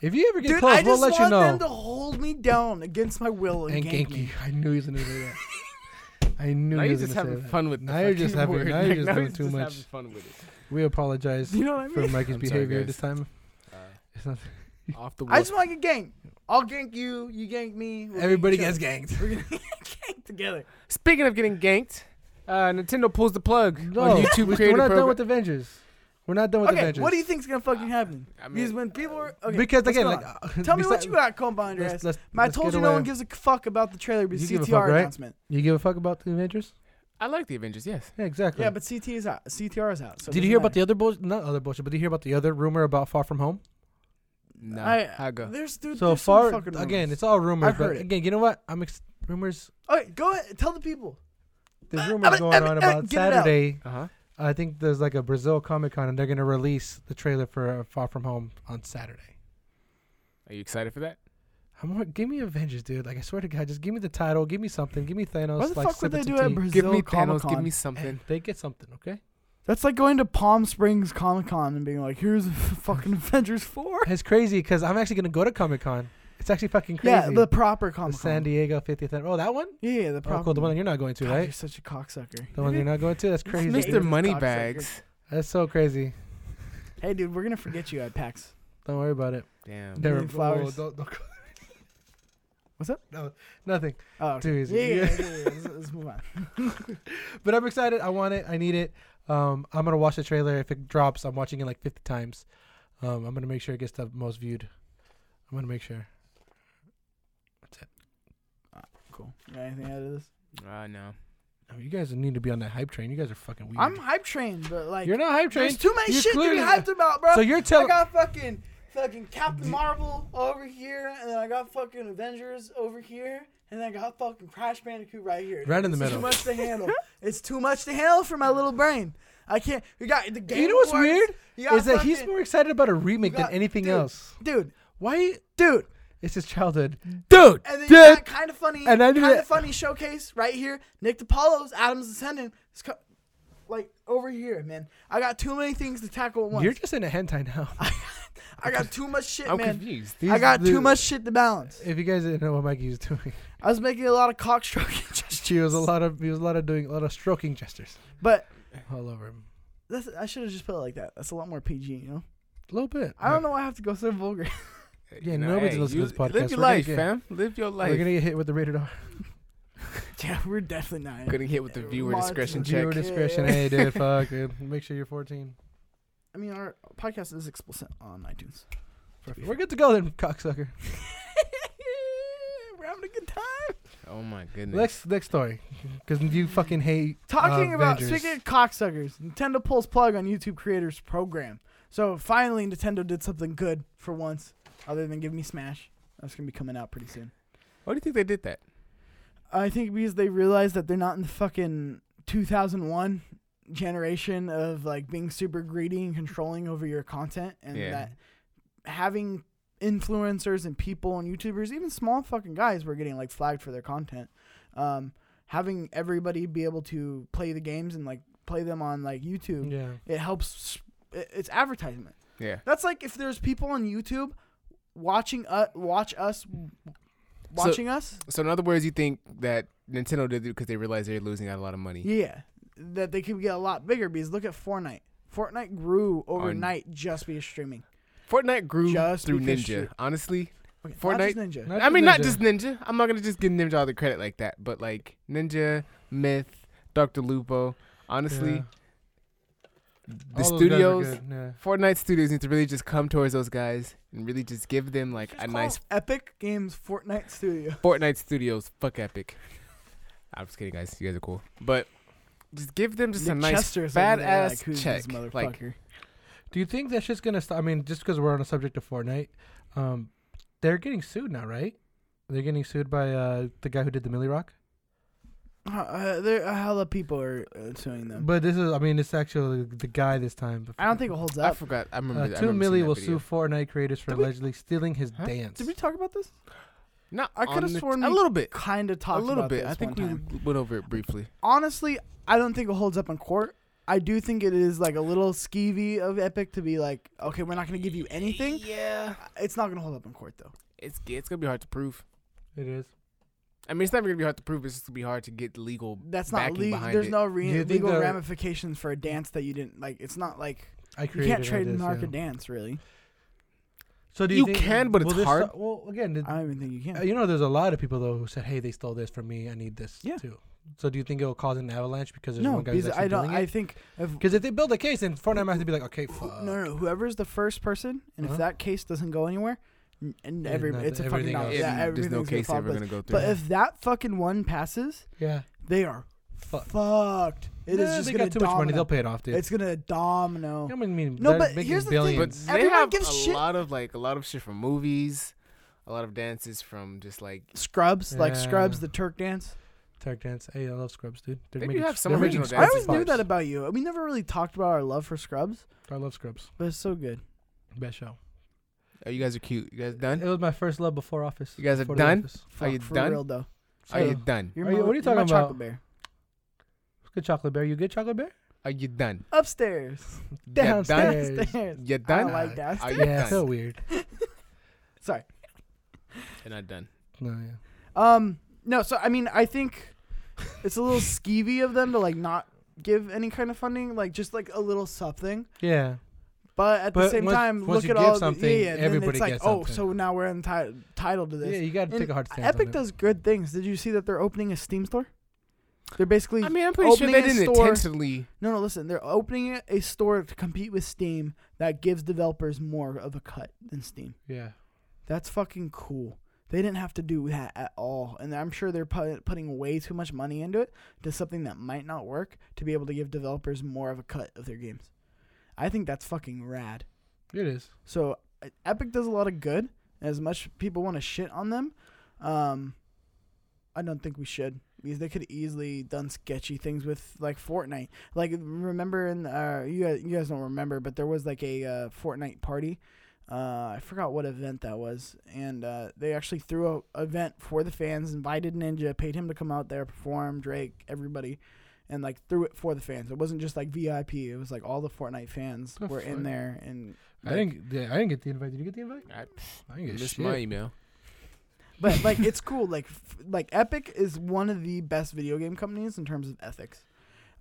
C: If you ever get
A: Dude,
C: close,
A: I
C: we'll
A: just
C: let
A: want
C: you
A: them
C: know.
A: to hold me down against my will and,
C: and
A: gank,
C: ganky,
A: me.
C: I knew he was gonna do that. I knew
B: Now
C: he
B: you're
C: was
B: just
C: gonna say
B: having
C: that.
B: fun with. the
C: Now you're just
B: fucking
C: having-
B: word.
C: now you're just
B: now
C: doing
B: he's
C: too
B: just
C: much.
B: having fun with it.
C: We apologize
A: You know what I
C: for
A: mean?
C: Mikey's
B: I'm sorry,
C: behavior
B: guys.
C: this time.
B: Uh,
C: It's not,
B: off the
A: I
B: wall.
A: just want to get ganked. I'll gank you. You gank me. we'll gank
C: everybody
A: each
C: gets
A: other.
C: ganked.
A: We're gonna get ganked together.
B: Speaking of getting ganked, uh, Nintendo pulls the plug
C: No,
B: on YouTube
C: we-
B: Creator
C: we're not
B: Program.
C: done with Avengers. We're not done with
A: okay,
C: Avengers.
A: what do you think's gonna fucking happen?
B: I mean-
A: because when people are okay,
C: because
A: what's
C: again,
A: going
C: like,
A: on?
C: uh,
A: tell me
C: besi-
A: what you got comb behind your
C: Let's,
A: ass.
C: let's,
A: I
C: let's
A: told
C: get
A: you no
C: away.
A: one gives a fuck about the trailer, but
C: You
A: CTR
C: give a fuck, right?
A: announcement.
C: You give a fuck about the Avengers?
B: I like the Avengers. Yes.
C: Yeah, exactly.
A: Yeah, but CT is out. CTR is out. So
C: did you hear about the other bullshit? Not other bullshit, but did you hear about the other rumor about Far From Home?
B: No.
A: I,
B: I go.
A: There's dude.
C: so
A: there's some
C: far,
A: fucking
C: again,
A: rumors.
C: it's all rumors.
A: I've
C: but
A: heard it.
C: again, you know what? I'm ex- rumors.
A: okay. Go ahead. Tell the people.
C: There's
A: Uh,
C: rumors
A: uh,
C: going
A: uh,
C: on
A: uh,
C: about
A: get it out.
C: Saturday.
B: Uh huh.
C: I think there's like a Brazil Comic Con, and they're gonna release the trailer for uh, Far From Home on Saturday.
B: Are you excited for that?
C: I'm more, give me Avengers, dude. Like I swear to God, just give me the title, give me something, give me Thanos.
A: What the
C: like,
A: fuck would
C: sip
A: they
C: it
A: do
C: to
A: at
C: tea.
A: Brazil
B: Give me
A: Comic
B: Thanos. Give
A: Con?
B: me something.
C: They get something, okay?
A: That's like going to Palm Springs Comic Con and being like, "Here's fucking Avengers 4.
C: It's crazy because I'm actually gonna go to Comic Con. It's actually fucking crazy.
A: Yeah, the proper
C: The
A: Comic Con.
C: San Diego 50th. an- Oh, that one.
A: Yeah, yeah, the proper.
C: Oh, cool. The one that you're not going to,
A: God,
C: right?
A: You're such a cocksucker.
C: The one you're not going to? That's crazy.
A: Mr.
B: Mr.
A: Davis
B: Moneybags.
C: That's so crazy.
A: Hey, dude, we're gonna forget you at PAX.
C: Don't worry about it.
B: Damn.
A: Never-
C: Whoa,
A: flowers.
C: don't- don't-
A: What's up?
C: No, nothing.
A: Oh, okay.
C: Too easy.
A: Yeah, yeah, yeah, yeah, yeah. Let's, let's move on.
C: But I'm excited. I want it. I need it. Um, I'm gonna watch the trailer. If it drops, I'm watching it like 50 times. Um, I'm gonna make sure it gets the most viewed. I'm gonna make sure.
A: Cool. You got anything out of this?
B: Uh, no.
C: Oh, you guys need to be on that hype train. You guys are fucking weird.
A: I'm hype trained, but like,
C: you're not hype train.
A: there's too many
C: You're
A: shit to be
C: clearly-
A: hyped about, bro.
C: So you're
A: I
C: telling.
A: got fucking fucking Captain Marvel over here, and then I got fucking Avengers over here, and then I got fucking Crash Bandicoot right here.
C: Right in the
A: It's
C: middle.
A: Too much to handle. it's too much to handle for my little brain. I can't. We got the game.
C: You know what's
A: Awards,
C: weird
A: you got
C: is that he's
A: fucking-
C: more excited about a remake
A: you
C: than
A: got-
C: anything
A: dude,
C: else.
A: dude,
C: Why?
A: dude.
C: It's his childhood.
B: dude.
A: And then you
C: Dude.
A: got kind of funny,
C: And I knew
A: kind of
C: that-
A: funny showcase right here. Nick DiPaolo's Adam's descendant is co- like over here, man. I got too many things to tackle at once.
C: You're just in a hentai now.
A: I got too much shit,
B: I'm
A: man.
B: confused.
A: I got
C: These-
A: too much shit to balance.
C: If you guys didn't know what Mikey was doing,
A: I was making a lot of cock stroking gestures,
C: she was a lot of he was a lot of doing a lot of stroking gestures
A: but
C: all over him.
A: that's, I should have just put it like that. That's a lot more PG, you know.
C: A little bit.
A: I don't know why I have to go so vulgar.
B: Uh,
C: Yeah, nobody's listening to this podcast.
B: Live
C: We're
B: your
C: gonna
B: life,
C: get-
B: fam. Live your life.
C: We're gonna get hit with the rated R.
A: yeah, we're definitely not.
B: Gonna hit with the viewer
A: Margin.
B: discretion check.
C: Viewer discretion.
A: Yeah.
C: Hey, dude, fuck, dude. Make sure you're 14.
A: I mean, our podcast is explicit on iTunes.
C: We're good to go then, cocksucker.
A: we're having a good time.
B: Oh my goodness.
C: Next, next story, because you fucking hate
A: Talking
C: uh,
A: about
C: Avengers.
A: speaking of cocksuckers, Nintendo pulls plug on YouTube creators program. So finally, Nintendo did something good for once, other than give me Smash. That's gonna be coming out pretty soon.
B: Why do Oh, you think they did that?
A: I think because they realize that they're not in the fucking 2001 generation of like being super greedy and controlling over your content, and
B: Yeah.
A: that having influencers and people and YouTubers, even small fucking guys, were getting like flagged for their content. Um, having everybody be able to play the games and like play them on like YouTube,
C: Yeah.
A: it helps. it- It's advertisement.
B: Yeah.
A: That's like if there's people on YouTube watching uh, watch us, watching us.
B: So in other words, you think that Nintendo did it because they realized they're losing out a lot of money.
A: Yeah, that they could get a lot bigger because look at Fortnite. Fortnite grew overnight just because streaming.
B: Fortnite grew
A: Just
B: through Ninja.
A: because you-
B: Honestly,
A: Okay, not
B: Fortnite-
A: just Ninja.
C: Not
B: I mean, not
C: Ninja.
B: just Ninja. I'm not gonna just give Ninja all the credit like that, but like Ninja, Myth, Doctor Lupo. Honestly,
C: Yeah.
B: the
C: All those guys are
B: studios,
C: good, Yeah.
B: Fortnite studios, need to really just come towards those guys and really just give them like
A: Just
B: a
A: call
B: nice
A: Epic Games Fortnite Studio.
B: Fortnite Studios. Fuck Epic. I'm just kidding, guys. You guys are cool, but just give them just a
A: Nick
B: nice
A: Chester's over there,
B: badass
A: like, who's
B: check,
A: This motherfucker?
B: like-
C: Do you think that shit's gonna stop? I mean, just because we're on a subject of Fortnite, um, they're getting sued now, right? They're getting sued by uh, the guy who did the Millie Rock.
A: Uh, uh, there, a hell of people are uh, suing them.
C: But this is, I mean, it's actually the guy this time.
A: I don't think it holds
B: I
A: up.
B: forgot. I remember.
C: Uh,
B: that. I
C: two
B: remember
C: Millie
B: seeing that
C: will
B: video.
C: sue Fortnite creators for
B: Did we-
C: allegedly stealing his
B: Huh?
C: dance.
A: Did we talk about this?
B: No,
A: I coulda
B: on the-
A: sworn
B: a
A: we-
B: little bit,
A: Kind of
B: a
A: talked
B: little
A: about
B: bit.
A: This
B: I think
A: one
B: we
A: time.
B: went over it briefly.
A: honestly, I don't think it holds up in court. I do think it is like a little skeevy of Epic to be like, okay, we're not going to give you anything.
B: Yeah,
A: It's not going to hold up in court though.
B: it's it's gonna be hard to prove.
C: It is.
B: I mean, it's never gonna be hard to prove. It's just gonna be hard to get legal.
A: That's not
B: backing
A: legal.
B: behind
A: There's
B: it.
A: no
C: Do
A: re-
C: you think
A: legal
C: the-
A: ramifications for a dance that you didn't like. It's not like
C: I
A: you
C: created
A: can't trademark
C: this,
A: a
C: yeah.
A: dance, really.
C: So do
B: You
C: think-
B: can, but it's
C: will this
B: hard.
C: sto- well, again, did,
A: I don't even think you can.
C: uh, you know, there's a lot of people though who said, "Hey, they stole this from me. I need this
A: Yeah.
C: too." So do you think it will cause an avalanche because there's
A: no,
C: one guy who's
A: because
C: actually
A: I don't.
C: doing
A: I
C: it?
A: think if
C: Because if they build a case, then Fortnite might have to be like, "Okay,
A: who-
C: fuck."
A: no, no, whoever's the first person, and
C: Huh?
A: if that case doesn't go anywhere, n- and
C: Yeah,
A: every
C: not
A: it's a
C: the-
A: fucking
C: everything
A: no,
C: else.
A: yeah,
B: And there's no
A: everything's gonna
B: case
A: fall
B: ever
A: apart.
B: gonna go through.
A: But if that fucking one passes,
C: Yeah.
A: they are
C: Fuck.
A: fucked. It is
C: Nah,
A: just
C: they
A: gonna
C: got too
A: domino.
C: much money. They'll pay it off, dude.
A: It's gonna domino.
C: I mean,
A: No,
C: they're
A: but
C: making
A: here's the thing.
B: but
C: billions.
B: they
A: Everyone
B: have
A: gives
B: a
A: shit.
B: lot of like a lot of shit from movies, a lot of dances from just like.
A: Scrubs, like
C: Yeah.
A: Scrubs, the Turk dance.
C: Tag dance. Hey, I love Scrubs, dude. They're
B: They do
C: making
B: have some
C: they're
B: original
C: making
A: I
B: dances.
A: always
C: Scrubs
A: knew that
B: vibes.
A: about you. We never really talked about our love for Scrubs,
C: vibes. I love Scrubs.
A: but it's so good.
C: Best show.
B: Oh, you guys are cute. You guys
C: It
B: done?
C: was my first love before Office.
B: You guys are
C: Before The
B: done.
C: Office.
A: Fuck,
B: you
A: for
B: done?
A: real though.
B: Are you
C: So-
B: done?
A: You're
C: Are you-
A: my-
C: what are you
A: you're my
C: talking
A: chocolate
C: about?
A: bear.
C: Good chocolate bear. You good chocolate bear?
B: Are you done?
A: Upstairs.
B: You done?
C: Downstairs.
A: Downstairs.
B: You
A: I
B: done?
A: don't like
B: Are
A: downstairs.
B: you
C: Yeah. So
B: done?
C: weird.
A: Sorry.
B: You're not done.
C: No, yeah.
A: Um. No. So I mean, I think it's a little skeevy of them to like not give any kind of funding, like just like a little something.
C: Yeah.
A: But at the
C: But
A: same
C: once-
A: time,
C: once
A: look
C: you
A: at
C: give
A: all
C: something,
A: the, yeah, yeah, and then
C: everybody
A: it's like,
C: gets
A: oh,
C: something.
A: so now we're enti- entitled to this.
C: Yeah, you gotta
A: And
C: take a hard stance.
A: Epic
C: on it.
A: does good things. Did you see that they're opening a Steam store? They're basically
B: I mean, I'm pretty sure
A: Opening
B: they
A: a
B: didn't
A: store-
B: intentionally.
A: no, no. Listen, they're opening a store to compete with Steam that gives developers more of a cut than Steam.
C: Yeah.
A: That's fucking cool. They didn't have to do that at all, and I'm sure they're pu- putting way too much money into it to something that might not work to be able to give developers more of a cut of their games. I think that's fucking rad.
C: It is.
A: So uh, Epic does a lot of good. As much people want to shit on them, um, I don't think we should because they could easily done sketchy things with like Fortnite. Like remember in uh, you guys, you guys don't remember, but there was like a uh, Fortnite party Uh, I forgot what event that was, and uh, they actually threw a event for the fans, invited Ninja, paid him to come out there, perform, Drake, everybody, and like threw it for the fans. It wasn't just like VIP; it was like all the Fortnite fans
C: Oh,
A: were in
C: fuck.
A: there, and
C: I didn't. yeah, I didn't get the invite. Did you get the invite?
B: I
C: I didn't get
B: missed
C: shit.
B: my email.
A: But like it's cool. Like f- like Epic is one of the best video game companies in terms of ethics.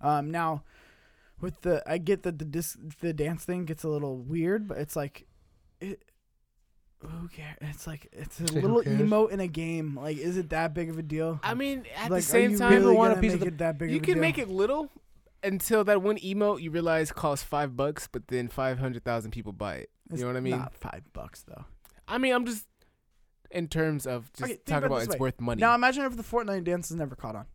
A: Um, now, with the I get that the disc, the dance thing gets a little weird, but it's like, it, who cares? It's like it's a
C: Say who
A: little
C: cares?
A: emote in a game. Like, is it that big of a deal?
B: I mean, at
A: like,
B: the same
A: you
B: time,
A: really
C: want a
A: gonna
C: piece of
A: make it that big
B: you
A: of a
B: can
A: deal?
B: make it little until that one emote you realize costs five bucks, but then five hundred thousand people buy it.
A: It's
B: know what I mean?
A: Not five bucks though.
B: I mean, I'm just in terms of just
A: Okay, think about it
B: talking about
A: this
B: it's
A: way.
B: worth money.
A: Now imagine if the Fortnite dances never caught on.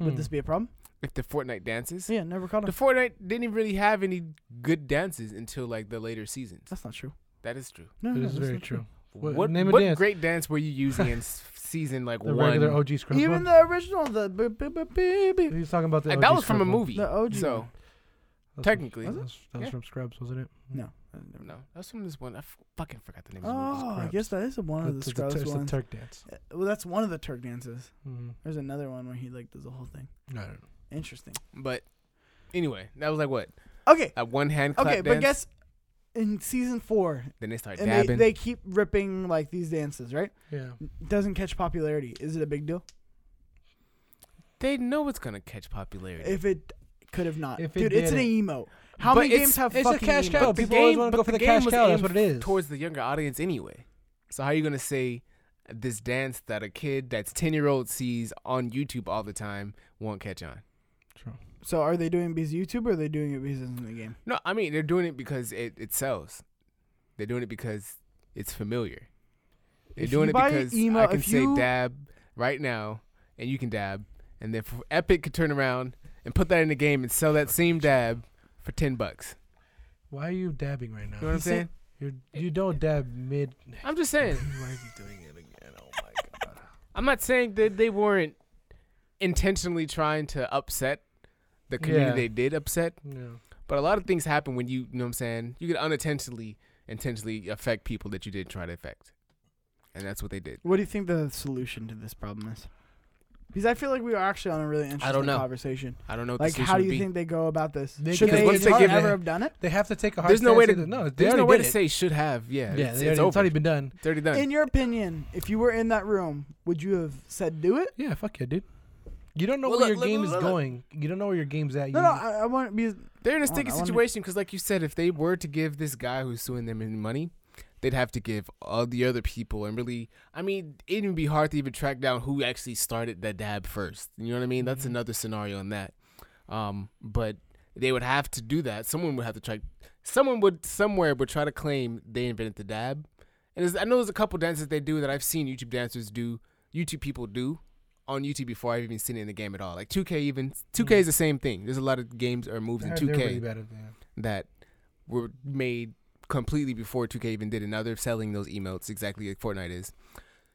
A: Would
C: Hmm.
A: this be a problem?
B: If the Fortnite dances,
A: Yeah, never caught
B: Mm. the
A: on.
B: Fortnite didn't even really have any good dances until like the later seasons.
A: That's not true.
B: That is true.
A: No, no,
C: That Hmm. is
A: that's
C: very
A: not
C: true. What,
B: what
C: name a
B: what
C: dance?
B: great dance were you using in s- season like
C: the
B: one?
C: regular OG scrub.
A: Even
C: one?
A: the original, the b- b- b- baby,
C: He's talking about the.
B: Like,
C: OG
B: that was from
C: scrub
B: a
C: one.
B: movie.
A: the OG.
B: so
A: one.
C: That was from-
B: technically,
C: that was, that was
B: Yeah.
C: from Scrubs, wasn't it?
A: No. I never-
B: no, that's from this one. I f- fucking forgot the name. of the movie.
A: Oh, I
C: Scrubs.
A: guess that is one of the
C: It's the,
A: Scrubs
C: it's the
A: ones.
C: Turk dance.
A: Uh, well, that's one of the Turk dances.
C: Mm-hmm.
A: There's another one where he like does the whole thing.
C: I don't know.
A: Interesting.
B: But anyway, that was like what
A: Okay,
B: a one hand clap
A: okay,
B: dance.
A: but guess in season four,
B: then they start
A: and they,
B: dabbing.
A: they keep ripping like these dances, right?
C: Yeah.
A: Doesn't catch popularity. Is it a big deal?
B: They know it's gonna catch popularity.
A: If it could have not,
C: If it
A: dude, it's an
C: did it-
A: emote. How
B: But
A: many
B: it's-
A: games have
C: it's a
A: fucking
C: cash
A: emotes?
C: cow.
B: the
C: people always
B: game-
C: wanna go
B: but
C: for
B: the
C: the cash
B: game was
C: cow, that's what
B: aimed
C: it is.
B: Towards the younger audience anyway. So how are you gonna say this dance that a kid that's ten year old sees on YouTube all the time won't catch on?
C: True.
A: So are they doing it because of YouTube or are they doing it because it's in the game?
B: No, I mean they're doing it because it, it sells. They're doing it because it's familiar. They're
A: If
B: doing
A: you
B: it
A: buy an
B: because
A: email-
B: I can
A: if
B: say
A: you-
B: dab right now, and you can dab, and then for Epic could turn around and put that in the game and sell that same dab for ten bucks.
C: Why are you dabbing right
B: You know what
C: now?
B: I'm saying?
C: You're, you don't dab mid.
B: I'm just saying.
C: Why is he doing it again? Oh my god.
B: I'm not saying that they weren't intentionally trying to upset the community
C: Yeah.
B: they did upset,
C: No.
B: but a lot of things happen when you, you know what I'm saying, you could unintentionally intentionally affect people that you didn't try to affect. And that's what they did.
A: What do you think the solution to this problem is? Because I feel like we are actually on a really interesting
B: know.
A: conversation.
B: I don't know what
A: Like,
B: the
A: how do
B: solution
A: you
B: would be.
A: think they go about this?
C: They
A: Should
B: can-
A: they
B: Because once they
A: ever
B: give-
A: have done it?
C: They have to take a hard.
B: there's no way
C: stance
B: to
C: either- No, they
B: there's no
C: already
B: way
C: did
B: to
C: it.
B: say should have. Yeah,
C: Yeah,
B: it's,
C: they
B: it's
C: already- it's
B: over.
C: already been done.
B: It's already done.
A: In your opinion, if you were in that room, would you have said do it?
C: Yeah, fuck yeah, dude. You don't know
B: Well,
C: where
B: look,
C: your
B: look,
C: game
B: look,
C: is
B: look, look.
C: going. You don't know where your game's at. You,
A: No,
B: Mm.
A: no, I, I want to be.
B: They're in
A: I wanna-
B: a sticky
A: I wanna-
B: situation because, like you said, if they were to give this guy who's suing them any money, they'd have to give all the other people and really, I mean, it'd even be hard to even track down who actually started the dab first. You know what I mean? That's
A: Mm-hmm.
C: Mhm.
B: another scenario in that. Um, but they would have to do that. Someone would have to track. Someone would somewhere would try to claim they invented the dab. And there's- I know there's a couple dances they do that I've seen YouTube dancers do, YouTube people do on YouTube before I've even seen it in the game at all. Like 2K even 2K
A: Hmm.
B: is the same thing. There's a lot of games or moves in
C: They're-
B: 2K
C: they're way better than-
B: that were made completely before 2K even did another selling those emotes exactly like Fortnite is.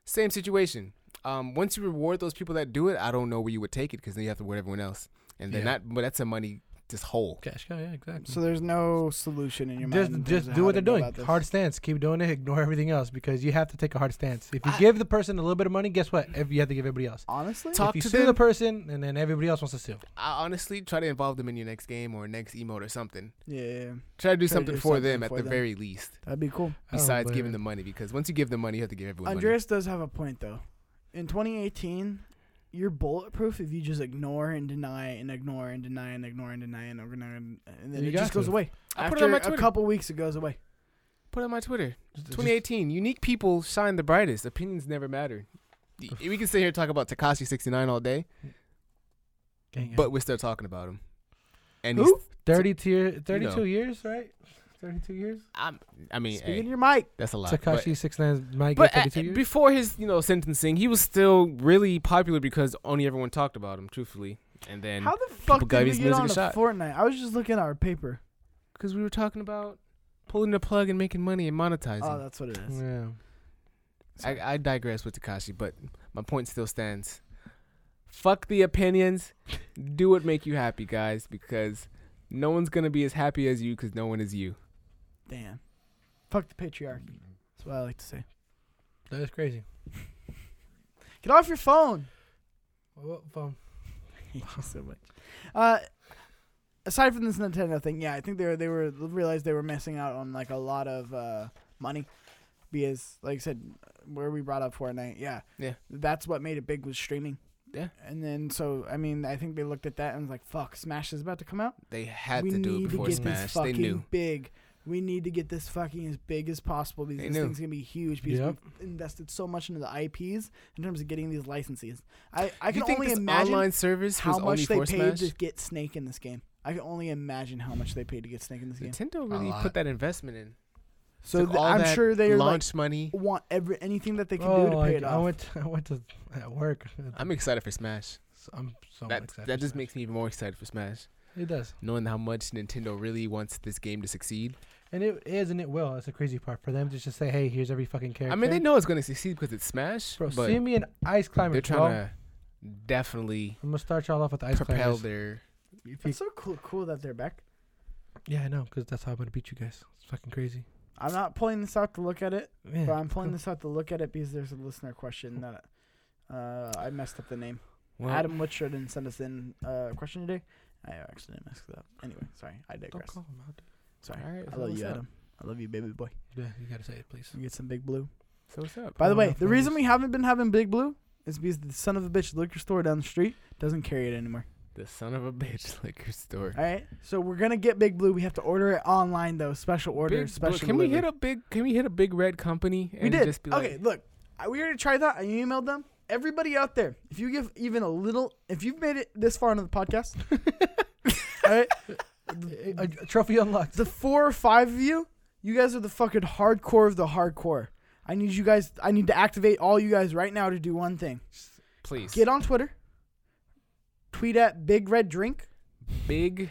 B: Same situation. Um, once you reward those people that do it, I don't know where you would take it because then you have to reward everyone else, and then
C: Yeah.
B: that but that's a money just hole.
C: Cash cow, yeah, exactly.
A: So there's no solution in your
C: just
A: mind. in terms
C: just
A: of
C: do
A: how
C: what
A: to
C: they're
A: go
C: doing.
A: about this.
C: Hard stance. Keep doing it. Ignore everything else because you have to take a hard stance. If you
B: I-
C: give the person a little bit of money, guess what? If you have to give everybody else.
A: Honestly,
B: Talk
C: if you
B: to
C: sue
B: them.
C: the person, and then everybody else wants to sue.
B: I honestly try to involve them in your next game or next emote or something.
A: yeah, yeah, yeah.
B: Try to do
A: Try to
B: something
A: do
B: for
A: something
B: them at
A: for
B: the
A: them.
B: very least.
A: that'd be cool.
C: I don't
B: Besides
C: blame
B: giving
C: her.
B: them money, because once you give them money, you have to give everyone money.
A: Andreas does have a point though. In 2018, you're bulletproof if you just ignore and deny and ignore and deny and ignore and deny and ignore and, and then
C: You
A: it just
C: got
A: goes
C: to.
A: away.
B: I
A: After
B: put it on my
A: a
B: Twitter.
A: couple weeks, it goes away.
B: Put it on my Twitter.
C: Just- just-
B: 2018, unique people shine the brightest. Opinions never matter. Y- We can sit here and talk about Takashi 69 all day,
C: Gang,
B: but we're still talking about him. And
A: Who?
B: he's,
C: thirty tier, thirty-two
B: know.
C: years, right? Thirty-two years.
B: I'm, I mean,
A: Speaking
B: hey,
A: to your mic.
B: that's a lot. but-
C: Takashi six nine might
B: But
C: get
B: at,
C: thirty-two years.
B: before his, you know, sentencing, he was still really popular because only everyone talked about him, truthfully. And then
A: How the fuck
B: gave
A: did we
B: his
A: get
B: music a
A: on to
B: shot.
A: Fortnite? I was just looking at our paper.
B: because we were talking about pulling the plug and making money and monetizing.
A: Oh, that's what it is.
C: yeah.
B: I, I digress with Takashi, but my point still stands. Fuck the opinions. Do what make you happy, guys, because no one's gonna be as happy as you because no one is you.
A: Damn. Fuck the patriarchy. That's what I like to say.
C: That is crazy.
A: Get off your phone.
C: What phone?
A: hate you so much. Uh, aside from this Nintendo thing, yeah, I think they were, they were realized they were missing out on like a lot of uh, money because, like I said, where we brought up Fortnite, yeah,
B: Yeah.
A: that's what made it big was streaming.
B: Yeah.
A: and then so I mean, I think they looked at that and was like, "Fuck, Smash is about to come out.
B: They had
A: we
B: to do
A: need
B: it before
A: to get
B: Smash.
A: this
B: They
A: fucking
B: knew.
A: big." We need to get this fucking as big as possible because
B: They
A: this
B: knew.
A: thing's gonna be huge because
C: Yep.
A: we've invested so much into the IPs in terms of getting these licenses. I, I can
B: you think
A: only
B: this
A: imagine
B: online service
A: how
B: was only
A: much they
B: for
A: paid
B: Smash?
A: to get Snake in this game. I can only imagine how much they paid to get Snake in this game.
B: Nintendo
C: A
B: really
C: lot.
B: put that investment in.
A: So
B: Took
A: th-
B: all
A: I'm
B: that
A: sure they are like
B: launch money.
A: want every anything that they can do to
C: Oh,
A: pay
C: I,
A: it
C: I
A: off.
C: went. I went to at work.
B: I'm excited for Smash.
C: So- I'm so
B: that
C: excited.
B: that
C: for
B: just
C: Smash.
B: makes me even more excited for Smash,
C: it does,
B: knowing how much Nintendo really wants this game to succeed.
C: and it is, and it will. That's the crazy part for them to just say, "Hey, here's every fucking character."
B: I mean, they know it's going to succeed because it's Smash,
C: Bro,
B: but
C: see me an ice climber.
B: they're trying
C: bro.
B: to definitely
C: I'm gonna start y'all off with ice
B: propel
C: climbers.
B: their.
C: If you-
A: It's so cool, cool that they're back.
C: yeah, I know, because that's how I'm gonna beat you guys. It's fucking crazy.
A: I'm not pulling this out to look at it,
C: Yeah.
A: but I'm pulling
C: cool.
A: this out to look at it because there's a listener question that uh, I messed up the name.
B: Well,
A: Adam Witcher didn't send us in uh, question today. I actually didn't mess it up. Anyway, sorry, I
C: Don't
A: digress.
C: call him out.
A: Sorry,
B: All right,
A: I
B: so
A: love
B: what's
A: you,
B: up?
A: Adam. I love you, baby boy.
C: dude. Yeah, you gotta say it, please.
A: You get some big blue.
B: So what's up?
A: By the
C: Oh,
A: way,
C: enough
A: the reason
C: numbers.
A: we haven't been having Big Blue is because the son of a bitch liquor store down the street doesn't carry it anymore.
B: The son of a bitch liquor store.
A: All right, so we're gonna get Big Blue. We have to order it online though. Special order,
B: Big-
A: special.
B: can we hit
A: delivery.
B: a big? Can we hit a big red company? And
A: We did.
B: Just be
A: okay,
B: Like,
A: look, I, we already tried that. I emailed them. Everybody out there, if you give even a little, if you've made it this far into the podcast, all right,
C: A, a uh, trophy unlocked.
A: the four or five of you, you guys are the fucking hardcore of the hardcore. I need you guys. I need to activate all you guys right now to do one thing.
B: please.
A: Get on Twitter. Tweet at Big Red Drink.
B: Big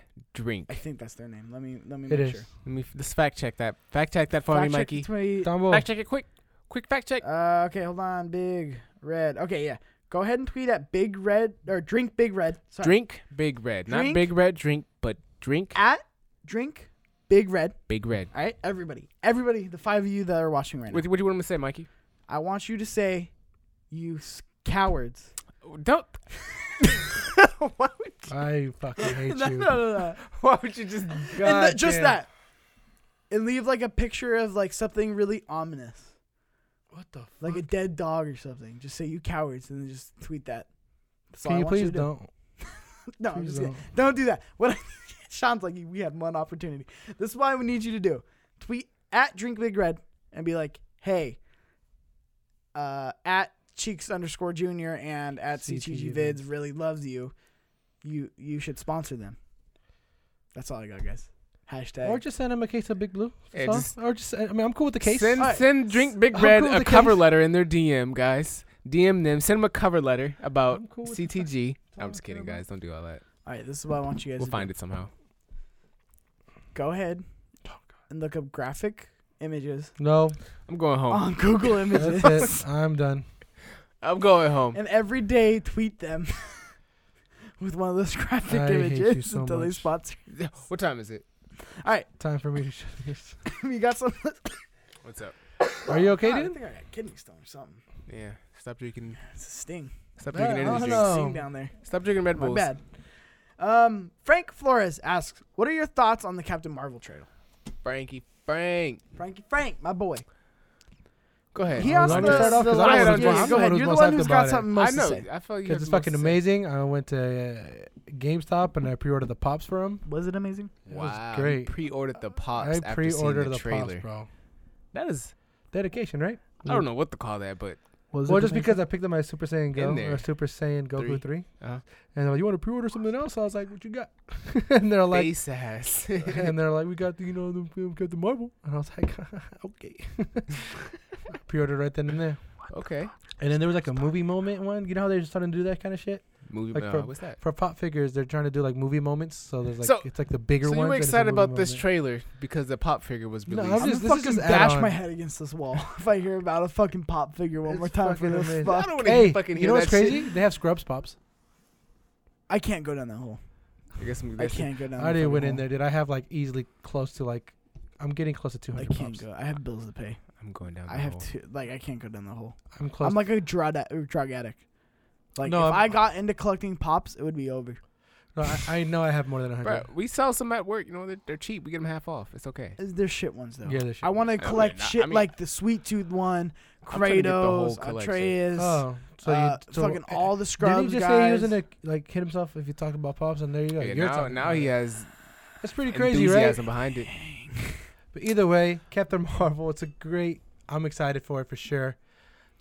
C: Red.
A: I
B: drink.
A: think that's their name. Let me let me
C: It
A: make
C: is.
A: sure.
B: Let me f- let's fact check that. Fact check that for
A: Fact
B: me,
A: check
B: Mikey.
A: between-
C: Dumbo.
B: Fact check it quick. Quick fact check.
A: Uh, okay, hold on. Big red. Okay, yeah. Go ahead and tweet at Big Red or drink Big Red. Sorry.
B: Drink big red. Not
A: Drink.
B: big red drink, but drink
A: at drink Big Red.
B: big red.
A: All right, everybody, everybody, the five of you that are watching right now,
B: What, what do you want me to say, Mikey?
A: I want you to say, "You s- cowards."
B: Don't. why, would,
C: I fucking hate
A: no, no,
C: you.
A: no, no.
B: why would you just?
A: and
C: God
A: th- just
C: damn.
A: that, and leave like a picture of like something really ominous,
C: What the? Fuck?
A: like a dead dog or something. Just say, "You cowards," and then just tweet that. That's all
C: Can
A: I
C: you
A: want
C: please
A: to do.
C: don't?
A: No, I'm
C: Please
A: just kidding.
C: don't.
A: Don't do that. What I, Sean's like, we had one opportunity. This is why we need you to do. Tweet at Drink Big Red and be like, hey, uh, at Cheeks underscore Junior and at CTG
C: CTG
A: Vids really loves you. You you should sponsor them. That's all I got, guys. Hashtag.
C: Or just send him a case of Big Blue.
B: Yeah,
C: That's all.
B: just-
C: or just, I mean, I'm cool with the case.
B: Send
A: Alright.
B: send drink big
C: I'm
B: red
C: cool
B: a
C: with the
B: cover
C: case.
B: letter in their DM, guys. DM them. Send them a cover letter about
C: I'm cool with the fact-
B: CTG.
C: all
B: I'm
C: I
B: just
C: care
B: kidding,
C: about.
B: guys. Don't do all that.
A: all right, this is what I want you guys
B: We'll
A: to
B: find it somehow.
A: do. Go ahead and look up graphic images
C: No,
B: I'm going
C: Uh-huh.
B: home.
A: on Google Images
C: that's it. I'm done.
B: I'm going home.
A: and every day tweet them with one of those graphic
C: I hate you
A: images
C: so
A: until they
C: much.
A: sponsor.
B: What time is it?
C: Time for me to shut this.
A: you got some?
B: What's up?
C: Are you okay,
A: God, I
C: dude?
A: think I got kidney stone or something.
B: Yeah. Stop drinking.
A: It's a sting.
B: Stop
C: Uh,
B: drinking
C: I
B: energy
C: don't
B: drinks.
C: know.
A: Sting down there.
B: Stop drinking Red
A: My
B: Bulls.
A: bad. Um, Frank Flores asks, "What are your thoughts on the Captain Marvel trailer?"
B: Frankie. Frank.
A: Frankie Frank, my boy.
B: Go ahead.
A: He
C: Oh,
A: asked
C: you
A: the,
C: want
A: the,
C: me to start off? 'Cause I'm
B: the
A: yeah,
B: one who's
A: yeah,
B: most-
A: go
B: I'm
A: ahead.
C: the
A: You're the
C: one
A: one
C: who's
A: who's
C: most
A: got
C: hyped
A: something most
B: I
A: to
B: know.
A: say.
B: I feel like you have
C: Because it's
B: the most
C: fucking
B: to say.
C: amazing. I went to uh, GameStop and I pre-ordered the pops for him.
A: Was it amazing?
C: It
B: Wow.
C: was
B: you
C: great.
B: Pre-ordered the pops.
C: I pre-ordered
B: after seeing
C: the,
B: the trailer.
C: pops, bro.
B: That is.
C: Dedication, right?
B: I don't know what to call that, but
A: Was
C: Well, just because I picked up my Super Saiyan Go
B: there.
C: or Super Saiyan
B: Three.
C: Goku 3
B: Uh-huh.
C: and they're like, "You want to pre-order something else?" I was like, "What you got?" and they're like,
B: face ass.
C: and they're like, "We got the, you know the we got the Marvel," and I was like, "Okay." Pre-ordered right then and there,
B: okay.
C: and then there was like a movie moment one. You know how they're starting to do that kind of shit
B: Movie.
C: Like
B: uh,
C: for-
B: what's that?
C: for pop figures. They're trying to do like movie moments, so there's like
B: So-
C: it's like the bigger
B: So
C: one.
B: you were excited about this trailer because the pop figure was
C: No,
B: released.
C: I'm
A: I'm
C: just-
A: gonna
C: this is
A: fucking
C: just
A: bash
C: add-on.
A: my head against this wall if I hear about a fucking pop figure one
C: It's
A: more time for
C: fucking
A: this
C: amazing.
B: I
A: fuck.
B: don't want to
C: Hey,
B: fucking hear
C: you know what's
B: that shit.
C: crazy? They have Scrubs pops.
A: I can't go down that hole.
B: I guess I'm,
A: I can't go down.
C: I
A: that
C: didn't went
A: fucking
C: in
A: hole.
C: there, dude. I have like easily close to like I'm getting close to
A: I
C: 200
A: can't
C: pops.
A: go. I have bills to pay.
B: I'm going down.
A: I
B: the
A: have
B: hole.
A: to like I can't go down the hole.
C: I'm close.
A: I'm like a drug ad- drug addict. Like
C: No,
A: if
C: I'm-
A: i got into collecting pops, it would be over.
C: no, I, I know I have more than 100.
B: Bro, we sell some at work. You know, they're, they're cheap. We get them half off. It's okay.
A: There's shit ones though.
C: Yeah, they're shit
A: I want to
B: ones. I
A: collect
B: mean, I-
A: shit
B: I mean-
A: like the Sweet Tooth one,
B: trying to get the whole
A: Kratos,
B: collection.
A: Atreus,
C: Oh, so
A: uh,
C: you so eh,
A: fucking all the scrubs
C: Didn't he just
A: guys.
C: say he was gonna like hit himself if you talked about pops? And there you go.
B: Yeah,
C: You're
B: now
C: talking
B: now
C: about
B: he
C: it.
B: has
C: That's pretty crazy, right?
B: enthusiasm behind it.
C: But either way, Captain Marvel. It's a great. I'm excited for it for sure.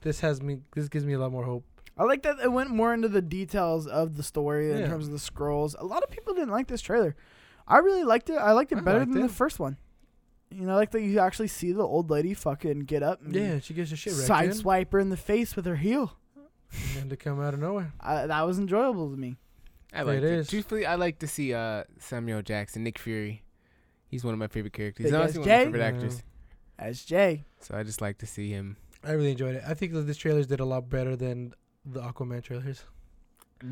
C: This has me. This gives me a lot more hope.
A: I like that it went more into the details of the story in
C: Yeah.
A: terms of the scrolls. A lot of people didn't like this trailer. I really liked it. I liked it
C: I
A: better
C: liked
A: than
C: it.
A: the first one. You know, like that you actually see the old lady fucking get up and
C: Yeah, she gives a shit right in,
A: sideswipe her in the face with her heel.
C: and then to come out of nowhere.
A: I, that was enjoyable to me.
B: I like
C: It
B: it.
C: is.
B: Truthfully, I like to see uh, Samuel Jackson, Nick Fury. He's one of my favorite characters. He's
A: Big
B: honestly
A: ass
B: one of my
A: Jay?
B: favorite
C: Yeah.
B: actors.
A: As Jay,
B: So I just like to see him.
C: I really enjoyed it. I think that this trailers did a lot better than the Aquaman trailers.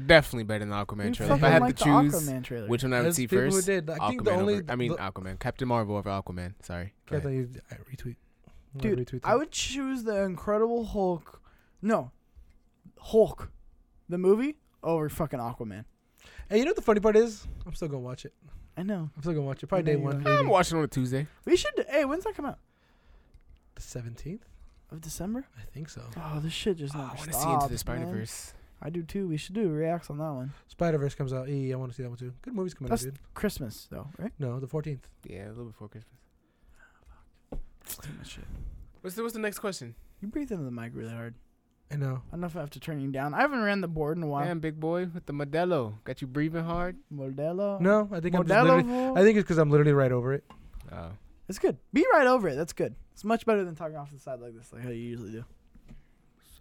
B: Definitely better than the Aquaman
A: you
B: trailer. If
A: fucking
B: I had
A: like the
B: to choose
A: Aquaman trailer.
B: which one I would
C: There's
B: see
C: people who
B: first,
C: did. I
B: Aquaman
C: think the only-
B: over, I mean
C: the-
B: Aquaman, Captain Marvel over Aquaman. Sorry. Go ahead.
C: Captain, you, I retweet. I
A: Dude,
C: retweet
A: I
C: that.
A: would choose the Incredible Hulk. No, Hulk, the movie over fucking Aquaman.
C: Hey, you know what the funny part is? I'm still gonna watch it.
A: I know.
C: I'm still gonna watch it. Probably
A: I
C: day
A: know you
C: one.
A: are.
B: I'm
C: maybe.
B: watching on a Tuesday.
A: We should. Hey, when's that come out?
C: The 17th,
A: Of December.
C: I think so.
A: Oh, this shit just
C: Ah,
B: Oh,
A: never
B: I want to
A: stops.
B: see Into the
A: man.
B: Spider Verse.
A: I do too. We should do reacts on that one.
C: Spider Verse comes out. E, I want to see that one too. Good movies coming
A: That's-
C: out, dude.
A: Christmas though, right?
C: No, the 14th.
B: Yeah, a little before Christmas.
A: It's too much shit.
B: What's the, what's the next question?
A: You breathe into the mic really hard.
C: I know.
A: I don't know if I have to turn you down. I haven't ran the board in a while.
B: Damn, big boy with the Modelo. Got you breathing hard.
A: Modelo.
C: No, I think I'm just
A: Oh. Modelo.
C: literally.
A: Vol-
C: I think it's because I'm literally right over it.
B: Oh.
A: It's good. Be right over it. That's good. It's much better than talking off to the side like this, like how you usually do.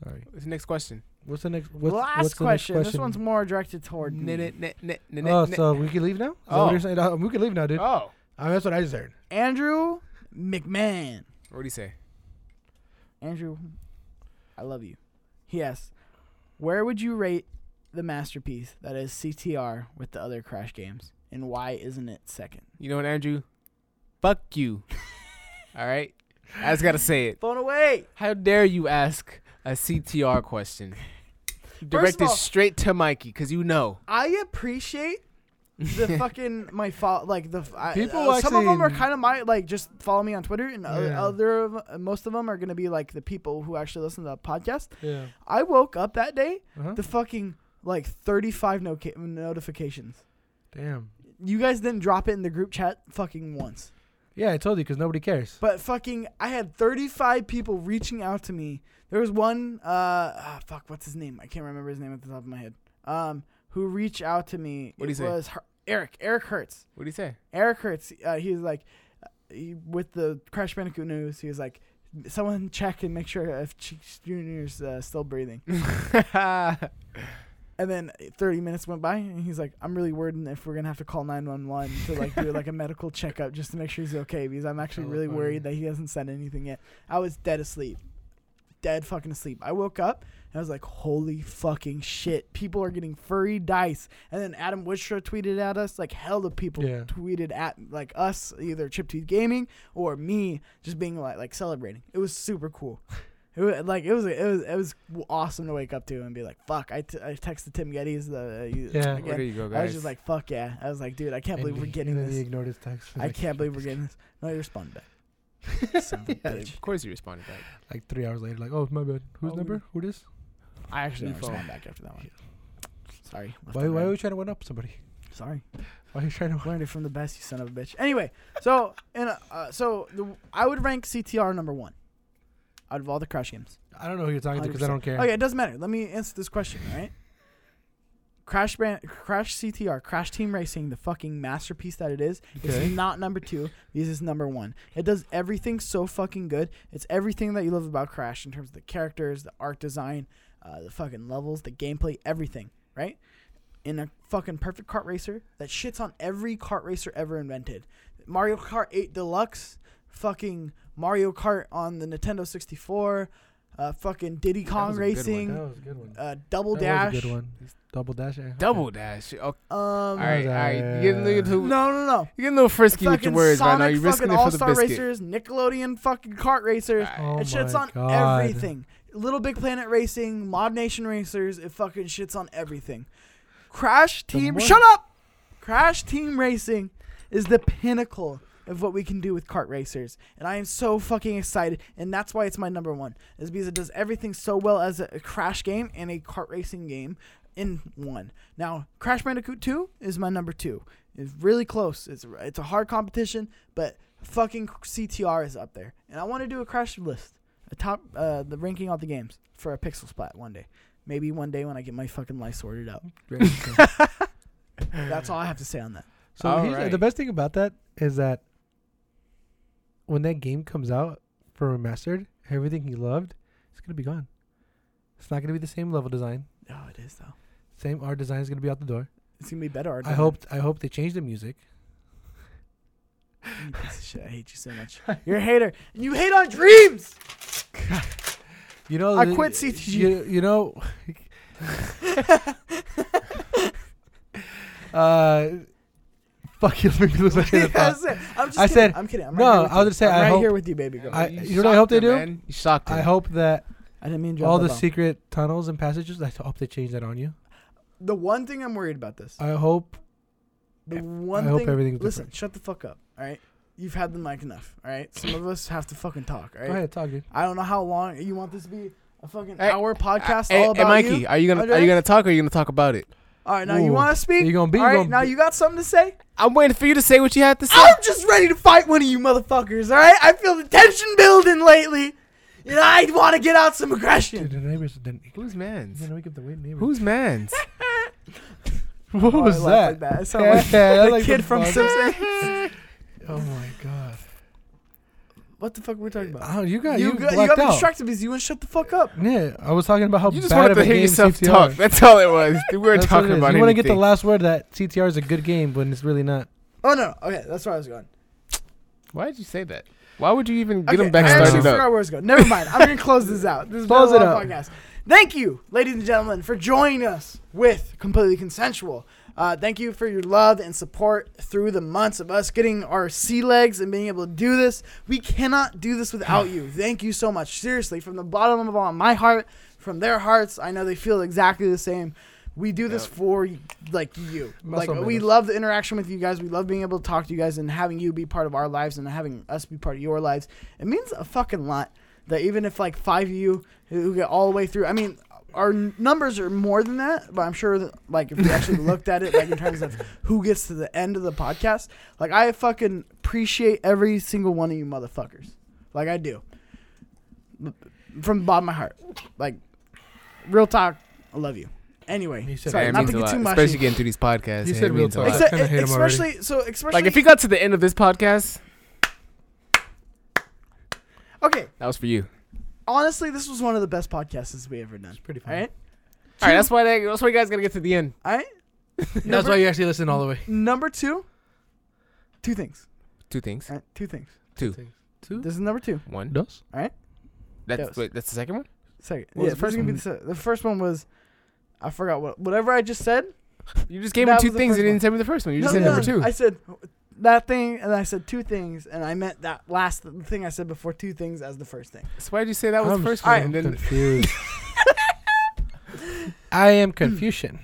C: Sorry.
B: What's the next question?
C: What's the next? What's,
A: Last
C: what's the next
A: question. This one's more directed toward me.
C: Oh, so we can leave now? Is that what
B: Oh.
C: you're saying? Uh, we can leave now, dude.
B: Oh.
C: Uh, that's what I just heard.
A: Andrew McMahon.
B: What do you say?
A: Andrew, I love you. Yes. Where would you rate the masterpiece that is CTR with the other Crash games, and why isn't it second?
B: You know what, Andrew? Fuck you. All right? I just got to say it.
A: Phone away.
B: How dare you ask a CTR question? Directed
A: all-
B: straight to Mikey, because you know.
A: I appreciate the fucking my follow like the f- I,
C: People
A: uh, some of them are
C: actually-
A: kind of my like just follow me on Twitter and other,
C: Yeah.
A: other of, uh, most of them are gonna be like the people who actually listen to the podcast.
C: Yeah.
A: I woke up that day
C: Uh-huh.
A: the fucking like thirty five no- notifications.
C: Damn.
A: You guys didn't drop it in the group chat fucking once.
C: Yeah, I told you because nobody cares.
A: But fucking, I had 35 people reaching out to me. There was one, uh, ah, fuck, what's his name? I can't remember his name at the top of my head. Um, who reached out to me?
B: What'd he
A: It
B: say?
A: Was Her- Eric? Eric Hertz.
B: What do you say?
A: Eric Hertz. Uh, he was like, uh, he, with the Crash Bandicoot news, he was like, someone check and make sure if Cheeks Junior's uh, still breathing. And then 30 minutes went by, and he's like, I'm really worried if we're gonna have to call 911 to like do like a medical checkup just to make sure he's okay because I'm actually
C: Hella
A: really
C: funny.
A: worried that he hasn't said anything yet. I was dead asleep, dead fucking asleep. I woke up and I was like, holy fucking shit, people are getting furry dice. And then Adam Woodstra tweeted at us like hell the people
C: Yeah.
A: tweeted at like us either Chiptune Gaming or me just being like like celebrating. It was super cool. It was like it was it was it was awesome to wake up to and be like, "Fuck!" I, t- I texted Tim Geddes the uh, you-
C: Yeah.
A: again.
B: Where do you go, guys?
A: I was just like, "Fuck yeah!" I was like, "Dude, I can't
C: And
A: believe we're
C: he-
A: getting
C: and then He
A: this.
C: ignored his text. for
A: I
C: like-
A: can't believe we're getting this." No, you responded back. Son of a bitch.
B: of course you responded back.
C: Like three hours later, like, oh, my bad. Whose
A: Oh,
C: number? Who this?
A: I actually
B: New
A: didn't
B: phone.
A: respond back after that one. Sorry. left
C: Why,
A: and
C: why
A: right.
C: are you trying to one up somebody?
A: Sorry.
C: Why are you trying to one
A: Learned it from the best, you son of a bitch. Anyway, so and uh, uh, so the, I would rank CTR number one out of all the Crash games.
C: I don't know who you're talking to because I don't
A: 100%.
C: care.
A: Okay, it doesn't matter. Let me answer this question, all right? Crash Band, Crash CTR, Crash Team Racing, the fucking masterpiece that it is,
C: Okay.
A: is not number two. This is number one. It does everything so fucking good. It's everything that you love about Crash in terms of the characters, the art design, uh, the fucking levels, the gameplay, everything, right? In a fucking perfect kart racer that shits on every kart racer ever invented. Mario Kart 8 Deluxe, fucking Mario Kart on the Nintendo 64, uh, fucking Diddy
B: was
A: Kong
B: a good one.
A: Racing,
C: That was a good one.
A: uh, Double
C: That
A: Dash.
C: was a good one. Double dash. eh? yeah.
B: Double dash. Okay.
A: Um,
B: All right, all right. You're getting a
A: no,
B: little,
A: no, no.
B: you're getting a little frisky with
A: Fucking
B: your words
A: Sonic,
B: right now. You're risking
A: fucking
B: it for the
A: All-Star
B: biscuit.
A: Racers, Nickelodeon fucking kart racers.
B: All right.
C: Oh
A: it shits
C: my
A: on
C: God.
A: everything. Little Big Planet Racing, Mod Nation Racers, it fucking shits on everything. Crash
C: The
A: Team,
C: more-
A: shut up! Crash Team Racing is the pinnacle of what we can do with kart racers, and I am so fucking excited, and that's why it's my number one. Is because it does everything so well as a, a crash game and a kart racing game in one. Now, Crash Bandicoot Two is my number two. It's really close. It's it's a hard competition, but fucking CTR is up there, and I want to do a crash list a top uh, the ranking of the games for a pixel splat one day. Maybe one day when I get my fucking life sorted out. That's all I have to say on that.
C: So
B: All
C: here's,
B: right.
C: the best thing about that is that when that game comes out for remastered, everything you loved is gonna be gone. It's not gonna be the same level design.
A: Oh, it is though.
C: Same art design is gonna be out the door.
A: It's gonna be better. Art
C: I hope I hope they change the music.
A: You piece of shit. I hate you so much. You're a hater. And you hate on dreams.
C: You know,
A: I
C: the-
A: quit CTG.
C: You, you know, uh, fuck you. Make me lose my train of thought.
A: That's it. I'm just
C: I
A: kidding.
C: said-
A: I'm kidding. I'm
C: no,
A: Right here with
C: I was
A: you.
C: gonna say,
A: I'm
C: I
A: right
C: hope-
A: here with you, baby girl. I,
C: I- you know what I hope
B: shocked
C: they
B: him,
C: do?
B: Man. You shocked him.
C: I hope that
A: didn't mean to drop
C: all the
A: bomb.
C: secret tunnels and passages. I hope they change that on you.
A: The one thing I'm worried about this.
C: I hope
A: The one
C: I hope
A: thing.
C: everything's
A: listen,
C: different.
A: shut the fuck up. All right. You've had the mic enough. All right. Some of us have to fucking talk. All right.
C: Go ahead, talk, dude.
A: I don't know how long you want this to be a fucking
B: Hey,
A: hour podcast
B: Hey,
A: all
B: hey,
A: about
B: Mikey,
A: you.
B: are you gonna are
A: Andre?
B: you gonna talk or are you gonna talk about it?
A: All right, now you
C: Ooh.
A: want to speak?
C: You gonna be-
A: All
C: you
A: right,
C: gonna
A: now
C: be-
A: you got something to say?
B: I'm waiting for you to say what you had to say.
A: I'm just ready to fight one of you motherfuckers. All right, I feel the tension building lately, and I want to get out some
C: Dude,
A: aggression.
C: the neighbors didn't.
B: Who's
C: He's
B: man's?
C: gonna wake up the wait neighbor.
B: Who's man's?
C: what
A: Oh, I
C: was
A: laugh like
C: that?
A: that. It sounded like
C: Yeah,
A: the
C: like
A: kid
C: the
A: from
C: bug.
A: Simpsons.
C: Oh my god!
A: what the fuck were we talking about?
C: Oh, you got
A: you
C: you,
A: got, you
C: blacked
A: got me
C: out.
A: distracted because you wouldn't shut the fuck up.
C: Yeah, I was talking about how
B: You just
C: bad
B: wanted
C: of
B: to
C: a
B: hear
C: game
B: yourself
C: CTR.
B: talk. That's all it was. We weren't
C: That's what
B: talking
C: it is.
B: about
C: You
B: want
C: to get the last word that CTR is a good game when it's really not.
A: Oh no, okay, that's where I was going.
B: Why did you say that? Why would you even get
A: okay,
B: him back
A: I actually
B: started
A: forgot
B: up?
A: where I was going. Never mind. I'm gonna close this out. This is
C: Close
A: a
C: it
A: long
C: up.
A: podcast. Thank you, ladies and gentlemen, for joining us with completely consensual. Uh, thank you for your love and support through the months of us getting our sea legs and being able to do this. We cannot do this without you. Thank you so much. Seriously, from the bottom of all my heart, from their hearts, I know they feel exactly the same. We do this for like you.
C: Más o
A: like we
C: menos.
A: love the interaction with you guys. We love being able to talk to you guys and having you be part of our lives and having us be part of your lives. It means a fucking lot that even if like five of you who get all the way through, I mean, our n- numbers are more than that, but I'm sure that like if we actually looked at it like in terms of who gets to the end of the podcast, like I fucking appreciate every single one of you motherfuckers. Like I do. From the bottom of my heart. Like real talk, I love you. Anyway,
C: You said
A: sorry,
C: it
A: not
B: means
A: to
B: a
A: get
B: lot,
A: too mushy.
B: especially getting through these podcasts.
C: You
B: Yeah,
C: said
B: it
C: real
B: means a
C: talk.
B: lot.
C: Exa-
A: Except,
C: kinda hate him already.
A: especially so especially
B: Like if he got to the end of this podcast,
A: okay.
B: that was for you.
A: Honestly, this was one of the best podcasts we ever done.
C: It's pretty fun.
A: All right,
B: All right, that's why they, that's why you guys gotta get to the end.
A: all right.
C: That's
A: Number-
C: why you actually listen all the way.
A: Number two, two things.
B: Two things.
A: All right, two things.
B: Two.
C: Two.
A: This is number two.
B: One.
C: Dos.
B: That's
A: Yes.
B: wait, that's the second one.
A: Second. yeah,
C: What was the
A: first
C: first
A: gonna be the, se- the first one was, I forgot what whatever I just said.
B: You just gave
A: That
B: me
A: was
B: two
A: the
B: things.
A: first
B: You
A: one.
B: didn't tell me the first one. You just
A: No,
B: said
A: no,
B: number two.
A: I said that thing, and I said two things, and I meant that last thing I said before two things as the first thing.
B: so why did you say that was
C: I'm
B: the first
C: so
B: one? and then
C: confused. I am Confucian.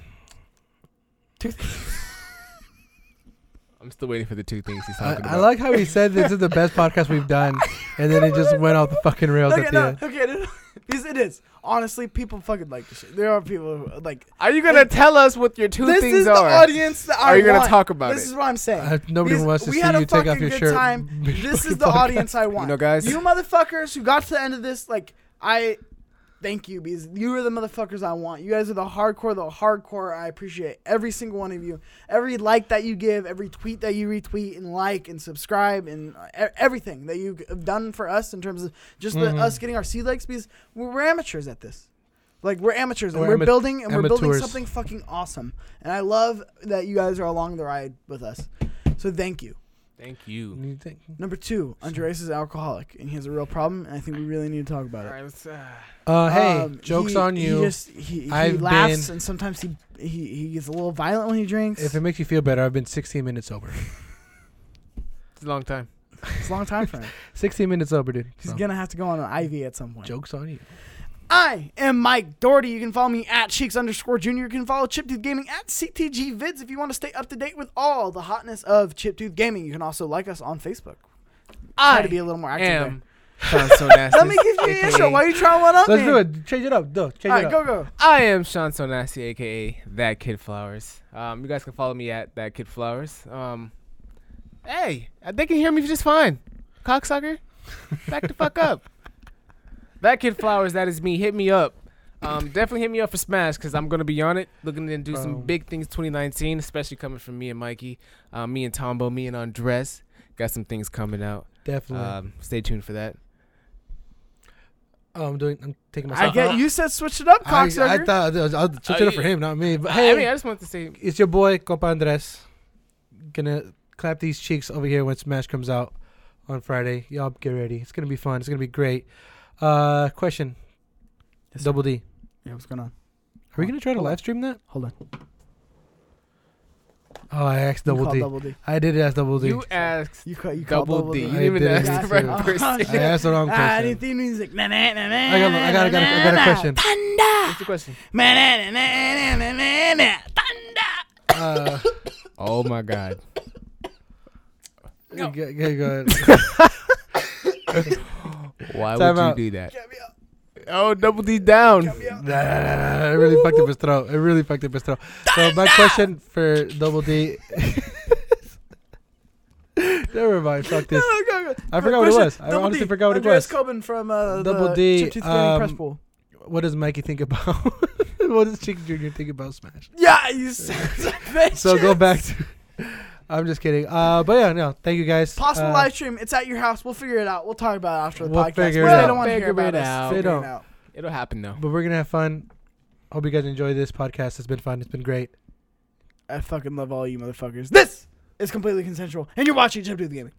B: I'm still waiting for the two things he's
C: I,
B: talking
C: I
B: about.
C: like how he said this is the best podcast we've done, and then it just went off the fucking rails
A: Okay,
C: at the
A: no,
C: end.
A: okay, no, no. Because it is. Honestly, people fucking like this shit. There are people who like.
B: Are you gonna
A: Like,
B: tell us what your two
A: this
B: things
A: is the
B: are?
A: audience that I
B: are you gonna
A: want.
B: talk about
A: this
B: it?
A: is what I'm saying.
C: Uh, nobody
A: Because
C: wants to
A: we
C: see
A: had a
C: you take off
A: fucking
C: your
A: good
C: shirt.
A: time.
C: before
A: this
C: your
A: is the
C: podcast.
A: audience I want.
B: you know, guys.
A: You motherfuckers who got to the end of this, like I thank you because you are the motherfuckers I want. You guys are the hardcore, the hardcore. I appreciate every single one of you. Every like that you give, every tweet that you retweet and like and subscribe and uh, e- everything that you've done for us in terms of just the,
C: Mhm.
A: us getting our sea legs because we're, we're amateurs at this. Like we're amateurs and
C: We're
A: we're
C: ama-
A: building and we're building
C: amateurs.
A: something fucking awesome. And I love that you guys are along the ride with us. So thank you.
B: Thank you.
C: You think?
A: Number two, Andres is alcoholic and he has a real problem, and I think we really need to talk about
B: All
A: it.
B: right, let's, uh,
C: Uh, hey,
A: Um,
C: jokes
A: he-
C: on you.
A: He just he, he
C: I've
A: laughs
C: been-
A: and sometimes he, he he gets a little violent when he drinks.
C: if it makes you feel better, I've been 16 minutes sober.
B: it's a long time.
A: it's a long time for him.
C: 16 minutes sober, dude.
A: He's
C: So,
A: gonna have to go on an IV at some point.
C: jokes on you.
A: I am Mike Doherty. You can follow me at Cheeks underscore Junior. You can follow Chiptooth Gaming at CTG Vids if you want to stay up to date with all the hotness of Chiptooth Gaming. You can also like us on Facebook. Try
B: I
A: to be a little more active. there.
B: Am Sean So Nasty.
A: Let me give you an
B: AKA
A: intro. Why are you trying one up?
C: Let's
A: me?
C: do it. Change it up. No, change
A: All
C: it
A: right,
C: up.
A: go go.
B: I am Sean So Nasty, aka That Kid Flowers. Um, you guys can follow me at That Kid Flowers. Um, hey, uh, they can hear me just fine. Cocksucker, back the fuck up. That Kid Flowers, that is me. Hit me up. Um, definitely hit me up for Smash because I'm gonna be on it, looking to do some
C: Um,
B: big things 2019, especially coming from me and Mikey, uh, me and Tombo, me and Andres. Got some things coming out.
C: Definitely.
B: Um, stay tuned for that.
C: oh, I'm doing. I'm taking
A: I
C: myself.
A: get you said switch it up,
C: I, I
A: cocksucker.
C: thought I was, I was switch it up for
B: yeah.
C: him, not me. But
B: I-
C: hey,
B: I mean, I just wanted to say
C: it's your boy Copa Andres. Gonna clap these cheeks over here when Smash comes out on Friday. Y'all get ready. It's gonna be fun. It's gonna be great. Uh, question.
A: Yes, sir.
C: Double D.
A: yeah, what's going on?
C: Are we gonna try to
A: Hold on.
C: live stream that?
A: Hold on.
C: Oh, I asked
A: You
C: Double
A: call
C: D.
A: double D.
C: I did ask Double D.
B: you asked
A: You call you call
B: double D. You
C: I
B: didn't even
C: didn't
B: ask the
A: ask
B: right
A: you.
B: person.
C: I asked the wrong person.
A: Ah, the theme music. Na, na, na, na,
C: I got, I got, I got, I got a question.
B: What's the question?
A: Thunder.
C: Uh,
B: Oh my god.
C: go, go, go ahead.
B: Why
C: Time
B: would
C: out.
B: you do that? Oh, douple D down.
C: Nah, nah, nah, nah, nah. It really fucked up his throat. It really fucked up his throat. So my question for Double D. Never mind. Fuck this. I forgot what it was. I honestly forgot what it
A: Andreas
C: was.
A: Coben from uh,
C: Double
A: the
C: D,
A: Chip Tooth Gaming Press
C: um,
A: Pool.
C: What does Mikey think about? what does Chick Junior think about Smash?
A: Yeah, you sons of bitches.
C: So go back to. I'm just kidding. Uh, but yeah, no. Thank you guys.
A: Possible
C: uh,
A: live stream. It's at your house. We'll figure it out. We'll talk about it after the
C: We'll
A: podcast.
C: figure
A: Well,
C: it
A: they
C: out.
A: don't want to hear
B: Figure
A: about
B: it
A: us.
B: out.
A: Figure
C: They
A: it
C: don't.
A: out.
B: It'll happen though.
C: But we're gonna have fun. Hope you guys enjoy this podcast. It's been fun. It's been great.
A: I fucking love all you motherfuckers. This is completely consensual, and you're watching Chip Tooth Gaming.